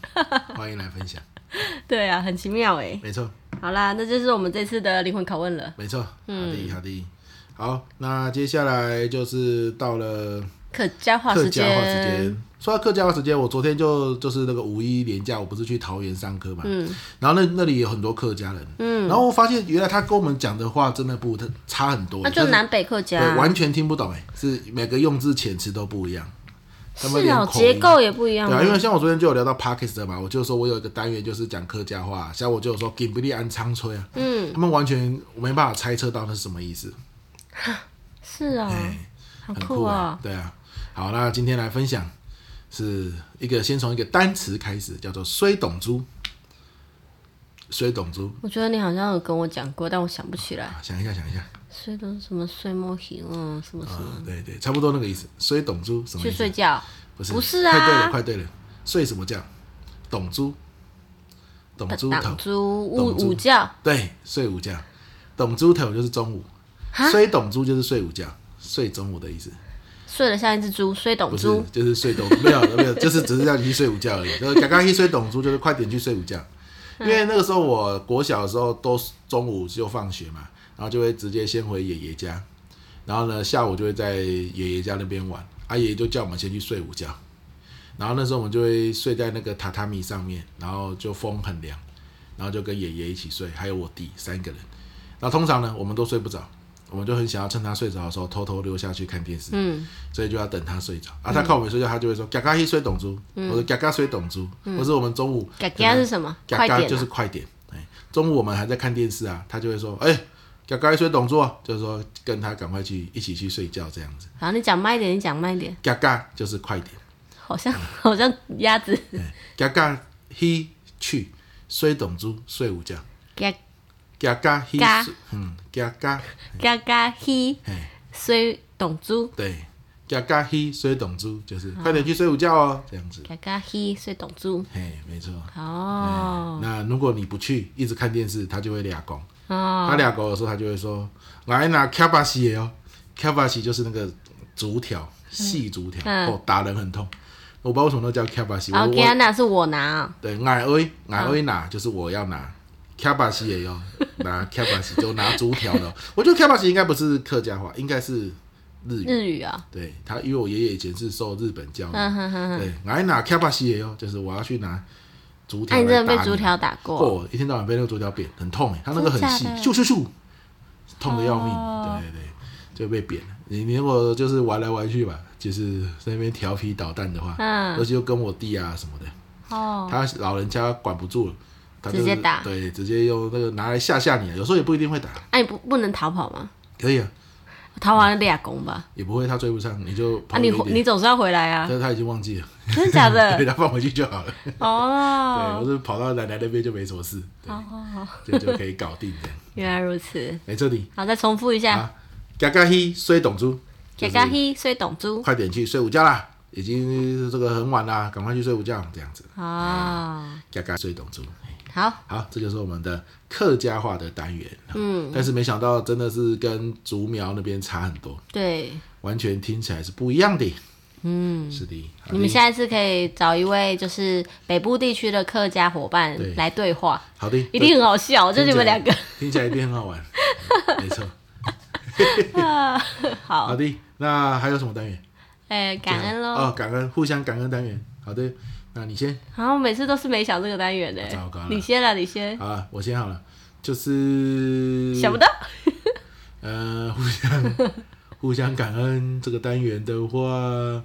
[SPEAKER 1] 欢迎来分享。
[SPEAKER 2] 对啊，很奇妙哎。
[SPEAKER 1] 没错，
[SPEAKER 2] 好啦，那就是我们这次的灵魂拷问了，
[SPEAKER 1] 没错。好
[SPEAKER 2] 嗯
[SPEAKER 1] 的，好的。好，那接下来就是到了
[SPEAKER 2] 客家话
[SPEAKER 1] 客
[SPEAKER 2] 时
[SPEAKER 1] 家
[SPEAKER 2] 间。
[SPEAKER 1] 话时间。说到客家话时间，我昨天就就是那个五一连假，我不是去桃园上课嘛，
[SPEAKER 2] 嗯
[SPEAKER 1] 然后那那里有很多客家人，嗯，然后我发现原来他跟我们讲的话真的不差很多，
[SPEAKER 2] 那啊就
[SPEAKER 1] 但是
[SPEAKER 2] 南北客家
[SPEAKER 1] 对，
[SPEAKER 2] 啊，
[SPEAKER 1] 完全听不懂哎，是每个用字遣词都不一样。他们
[SPEAKER 2] 是
[SPEAKER 1] 连
[SPEAKER 2] 哦，
[SPEAKER 1] 口
[SPEAKER 2] 结
[SPEAKER 1] 音
[SPEAKER 2] 构也不一样
[SPEAKER 1] 对
[SPEAKER 2] 吗。
[SPEAKER 1] 啊，因为像我昨天就有聊到 p a k i s t 嘛，我就说我有一个单元就是讲客家话，像我就有说 g i m b i l i 安昌吹啊，嗯，他们完全我没办法猜测到那是什么意思，
[SPEAKER 2] 是哦，
[SPEAKER 1] 哎
[SPEAKER 2] 好
[SPEAKER 1] 很
[SPEAKER 2] 酷
[SPEAKER 1] 啊
[SPEAKER 2] 哦，，
[SPEAKER 1] 对啊。好，那今天来分享是一个先从一个单词开始，叫做“水董猪”，水董猪
[SPEAKER 2] 我觉得你好像有跟我讲过，但我想不起来。
[SPEAKER 1] 啊，想一下，想一下，
[SPEAKER 2] 睡都是什么睡梦醒，嗯，什么什么
[SPEAKER 1] 嗯，对对，差不多那个意思。水董猪什么
[SPEAKER 2] 去
[SPEAKER 1] 意思
[SPEAKER 2] 睡？觉，
[SPEAKER 1] 不是，
[SPEAKER 2] 不是啊
[SPEAKER 1] 快对了，快对了，睡什么觉？董猪，董猪头
[SPEAKER 2] 挡，猪午
[SPEAKER 1] 懂猪
[SPEAKER 2] 午觉，
[SPEAKER 1] 对，睡午觉。董猪头就是中午，睡董猪就是睡午觉，睡中午的意思。
[SPEAKER 2] 睡得像一只猪，睡懂
[SPEAKER 1] 不是
[SPEAKER 2] 猪。，
[SPEAKER 1] 就是睡董， 没有没有，就是只是让你去睡午觉而已。就是刚刚一睡董猪，就是快点去睡午觉，因为那个时候我国小的时候都是中午就放学嘛，然后就会直接先回爷爷家，然后呢下午就会在爷爷家那边玩，阿、爷爷就叫我们先去睡午觉，然后那时候我们就会睡在那个榻榻米上面，然后就风很凉，然后就跟爷爷一起睡，还有我弟三个人。那通常呢，我们都睡不着，我们就很想要趁他睡着的时候偷偷溜下去看电视。
[SPEAKER 2] 嗯，
[SPEAKER 1] 所以就要等他睡着啊。他看我们睡觉，他就会说“嘎嘎一睡董猪”，我说“嘎嘎睡董嗯猪”，或啊者我们中午
[SPEAKER 2] 嘎嘎是什么？
[SPEAKER 1] “嘎
[SPEAKER 2] 快
[SPEAKER 1] 嘎”
[SPEAKER 2] 点
[SPEAKER 1] 就
[SPEAKER 2] 啊
[SPEAKER 1] 是！快点。哎，中午我们还在看电视啊，他就会说：“哎，嘎嘎一睡董猪啊”，就是说跟他赶快去一起去睡觉这样子。
[SPEAKER 2] 好，你讲慢一点，你讲慢一
[SPEAKER 1] “
[SPEAKER 2] 点，
[SPEAKER 1] 嘎嘎”就是快点，
[SPEAKER 2] 好像 好像鸭子。
[SPEAKER 1] 哎嘎嘎嘿去睡董猪睡午觉，
[SPEAKER 2] 嘎
[SPEAKER 1] 嘎嘎嘿
[SPEAKER 2] 嘎
[SPEAKER 1] 睡嗯嘎嘎
[SPEAKER 2] 嘎嘎嘿，
[SPEAKER 1] 哎
[SPEAKER 2] 睡懂猪，
[SPEAKER 1] 对。嘎嘎嘿，睡董猪就是快点去睡午觉哦，这样子。
[SPEAKER 2] 嘎嘎嘿，睡懂猪。
[SPEAKER 1] 嘿，没错。
[SPEAKER 2] 哦
[SPEAKER 1] 那如果你不去，一直看电视，他就会俩拱。
[SPEAKER 2] 哦，
[SPEAKER 1] 他俩狗的时候，他就会说：“来拿 k a b a s i 哦 k a b a s i 就是那个竹条，细竹条，
[SPEAKER 2] 嗯
[SPEAKER 1] 哦，打人很痛。我不知道为什么都叫 k a b a s i
[SPEAKER 2] 然
[SPEAKER 1] 我
[SPEAKER 2] 后 g a
[SPEAKER 1] 我
[SPEAKER 2] n a 啊是我拿哦，
[SPEAKER 1] 对矮威矮威拿就是我要拿 k a b a s i 也要 拿 k a b a s i 就拿竹条的。我觉得 k a b a s i 应该不是客家话，应该是日语。
[SPEAKER 2] 日语啊。
[SPEAKER 1] 对他，因为我爷爷以前是受日本教育，
[SPEAKER 2] 嗯哼哼哼。
[SPEAKER 1] 对来拿 k a b a s i 也要，就是我要去拿竹条
[SPEAKER 2] 哎，你
[SPEAKER 1] 来
[SPEAKER 2] 真
[SPEAKER 1] 打
[SPEAKER 2] 的
[SPEAKER 1] 你。
[SPEAKER 2] 被竹条打过？
[SPEAKER 1] 哦，一天到晚被那个竹条扁，很痛哎，他那个很细，
[SPEAKER 2] 真假
[SPEAKER 1] 咻
[SPEAKER 2] 的
[SPEAKER 1] 咻咻，痛的要命。
[SPEAKER 2] 哦
[SPEAKER 1] 对对对，就被扁了。你你如果就是玩来玩去吧，就是在那边调皮捣蛋的话，
[SPEAKER 2] 嗯
[SPEAKER 1] 尤其就跟我弟啊什么的，
[SPEAKER 2] 哦，
[SPEAKER 1] 他老人家管不住了，他就是
[SPEAKER 2] 直接打
[SPEAKER 1] 对，直接用那个拿来吓吓你啊，有时候也不一定会打，
[SPEAKER 2] 哎、你不不能逃跑吗？
[SPEAKER 1] 可以啊，
[SPEAKER 2] 逃跑要立公吧？
[SPEAKER 1] 也不会他追不上，你就跑
[SPEAKER 2] 啊，你
[SPEAKER 1] 远一
[SPEAKER 2] 回
[SPEAKER 1] 点
[SPEAKER 2] 你总是要回来啊
[SPEAKER 1] 但，是他已经忘记了，
[SPEAKER 2] 真的假
[SPEAKER 1] 被
[SPEAKER 2] 的？
[SPEAKER 1] 他放回去就好了。对，
[SPEAKER 2] 哦，
[SPEAKER 1] 或者跑到奶奶那边就没什么事，对，就就可以搞定的。
[SPEAKER 2] 原来如此。
[SPEAKER 1] 没这里
[SPEAKER 2] 好，再重复一下，
[SPEAKER 1] 啊，嘎嘎嘿，睡董猪，
[SPEAKER 2] 嘎
[SPEAKER 1] 就是
[SPEAKER 2] 嘎嘿，睡董猪
[SPEAKER 1] 快点去睡午觉啦，已经这个很晚啦，赶快去睡午觉，这样子，
[SPEAKER 2] 哦，
[SPEAKER 1] 嘎嘎睡董猪。
[SPEAKER 2] 好，
[SPEAKER 1] 好，这就是我们的客家话的单元。嗯，但是没想到真的是跟竹苗那边差很多，
[SPEAKER 2] 对，
[SPEAKER 1] 完全听起来是不一样的。嗯，是的。好
[SPEAKER 2] 你
[SPEAKER 1] 的，
[SPEAKER 2] 们下一次可以找一位就是北部地区的客家伙伴
[SPEAKER 1] 对
[SPEAKER 2] 来对话，
[SPEAKER 1] 好的，
[SPEAKER 2] 一定很好笑，就你们两个。
[SPEAKER 1] 听起来一定很好 玩。没错，
[SPEAKER 2] 好
[SPEAKER 1] 好，的。那还有什么单元？
[SPEAKER 2] 哎，感恩喽。
[SPEAKER 1] 哦，感恩，互相感恩单元。好的，那你先
[SPEAKER 2] 然后每次都是没想这个单元呢
[SPEAKER 1] 糟糕了，
[SPEAKER 2] 你先啦，你先，
[SPEAKER 1] 好了，我先好了，就是
[SPEAKER 2] 想不到。
[SPEAKER 1] 呃，互相 互相感恩这个单元的话，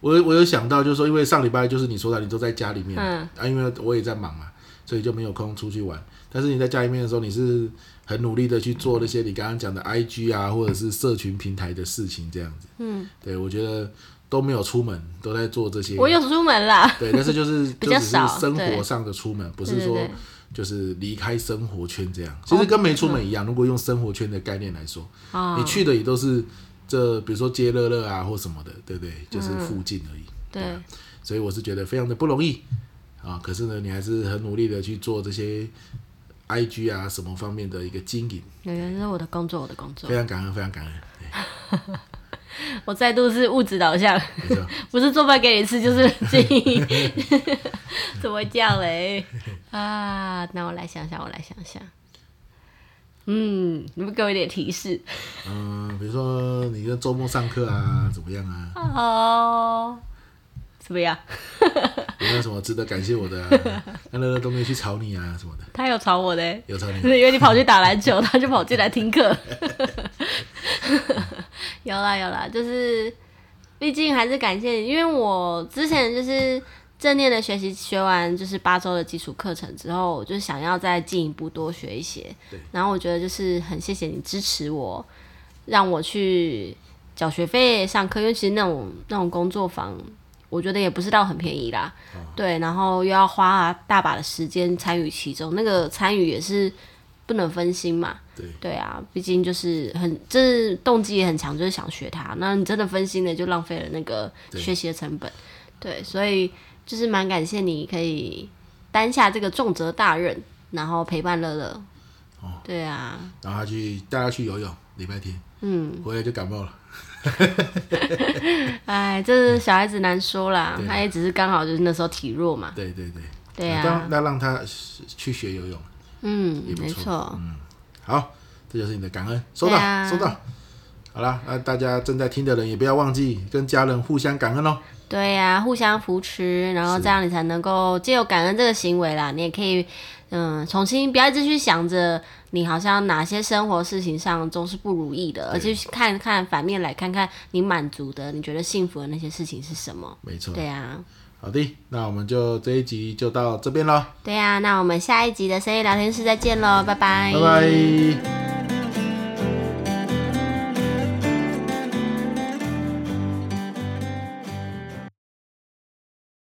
[SPEAKER 1] 我我有想到，就是说，因为上礼拜就是你说的，你都在家里面，
[SPEAKER 2] 嗯
[SPEAKER 1] 啊，因为我也在忙嘛，所以就没有空出去玩。但是你在家里面的时候，你是很努力的去做那些你刚刚讲的 IG 啊，或者是社群平台的事情，这样子。
[SPEAKER 2] 嗯，
[SPEAKER 1] 对，我觉得都没有出门，都在做这些。
[SPEAKER 2] 我有出门啦。
[SPEAKER 1] 对，但是就是
[SPEAKER 2] 比较
[SPEAKER 1] 就只
[SPEAKER 2] 少
[SPEAKER 1] 是生活
[SPEAKER 2] 对
[SPEAKER 1] 上的出门，不
[SPEAKER 2] 对
[SPEAKER 1] 是
[SPEAKER 2] 对
[SPEAKER 1] 说
[SPEAKER 2] 对
[SPEAKER 1] 就是离开生活圈这样。其实跟没出门一样，如果用生活圈的概念来说，
[SPEAKER 2] 哦
[SPEAKER 1] 你，去的也都是这，比如说接乐乐啊或什么的，对不对？就是附近而已。
[SPEAKER 2] 对，
[SPEAKER 1] 所以我是觉得非常的不容易啊。可是呢，你还是很努力的去做这些 IG 啊什么方面的一个经营，
[SPEAKER 2] 有人是我的工作，我的工作
[SPEAKER 1] 非，常感恩，非常感恩。
[SPEAKER 2] 我再度是物质导向，
[SPEAKER 1] 没错，
[SPEAKER 2] 不是做饭给你吃就是建 议，怎么会这样嘞？啊，那我来想想，我来想想。嗯，你们给我一点提示
[SPEAKER 1] 嗯、比如说你的周末上课啊，怎么样啊？
[SPEAKER 2] 哦，怎么样？
[SPEAKER 1] 有没有什么值得感谢我的、啊？ 那乐乐都没有去吵你啊什么的，
[SPEAKER 2] 他有吵我的欸、
[SPEAKER 1] 有吵你啊
[SPEAKER 2] 因为你跑去打篮球，他就跑进来听课。 有啦有啦，就是毕竟还是感谢你，因为我之前就是正念的学习学完就是八周的基础课程之后，我就想要再进一步多学一些
[SPEAKER 1] 对。
[SPEAKER 2] 然后我觉得就是很谢谢你支持我，让我去缴学费上课，因为其实那种那种工作坊。我觉得也不是到很便宜啦，对，然后又要花大把的时间参与其中，那个参与也是不能分心嘛。
[SPEAKER 1] 对
[SPEAKER 2] 对啊，毕竟就是很，这动机也很强，就是想学它。那你真的分心了，就浪费了那个
[SPEAKER 1] 对
[SPEAKER 2] 学习的成本。对，所以就是蛮感谢你可以担下这个重责大任，然后陪伴乐乐。
[SPEAKER 1] 哦
[SPEAKER 2] 对啊，
[SPEAKER 1] 然后他去带他去游泳，礼拜天，嗯，回来就感冒了。
[SPEAKER 2] 哎，这是小孩子难说啦
[SPEAKER 1] 对，啊
[SPEAKER 2] 他也只是刚好就是那时候体弱嘛。
[SPEAKER 1] 对对对，
[SPEAKER 2] 对
[SPEAKER 1] 那
[SPEAKER 2] 啊
[SPEAKER 1] 当，那让他去学游泳。
[SPEAKER 2] 嗯
[SPEAKER 1] 也，不
[SPEAKER 2] 没
[SPEAKER 1] 错
[SPEAKER 2] 错，
[SPEAKER 1] 好，这就是你的感恩，收到，
[SPEAKER 2] 对啊
[SPEAKER 1] 收到。好啦，那大家正在听的人也不要忘记跟家人互相感恩哦。
[SPEAKER 2] 对呀、互相扶持，然后这样你才能够借由感恩这个行为啦，你也可以，嗯，重新不要一直去想着你好像哪些生活事情上总是不如意的，而
[SPEAKER 1] 对
[SPEAKER 2] 去看看反面来看看你满足的、你觉得幸福的那些事情是什么。
[SPEAKER 1] 没错，
[SPEAKER 2] 对啊呀、
[SPEAKER 1] 好的，那我们就这一集就到这边喽，
[SPEAKER 2] 啊哎对呀、那我们下一集的深夜聊天室再见喽，拜拜，
[SPEAKER 1] 拜拜。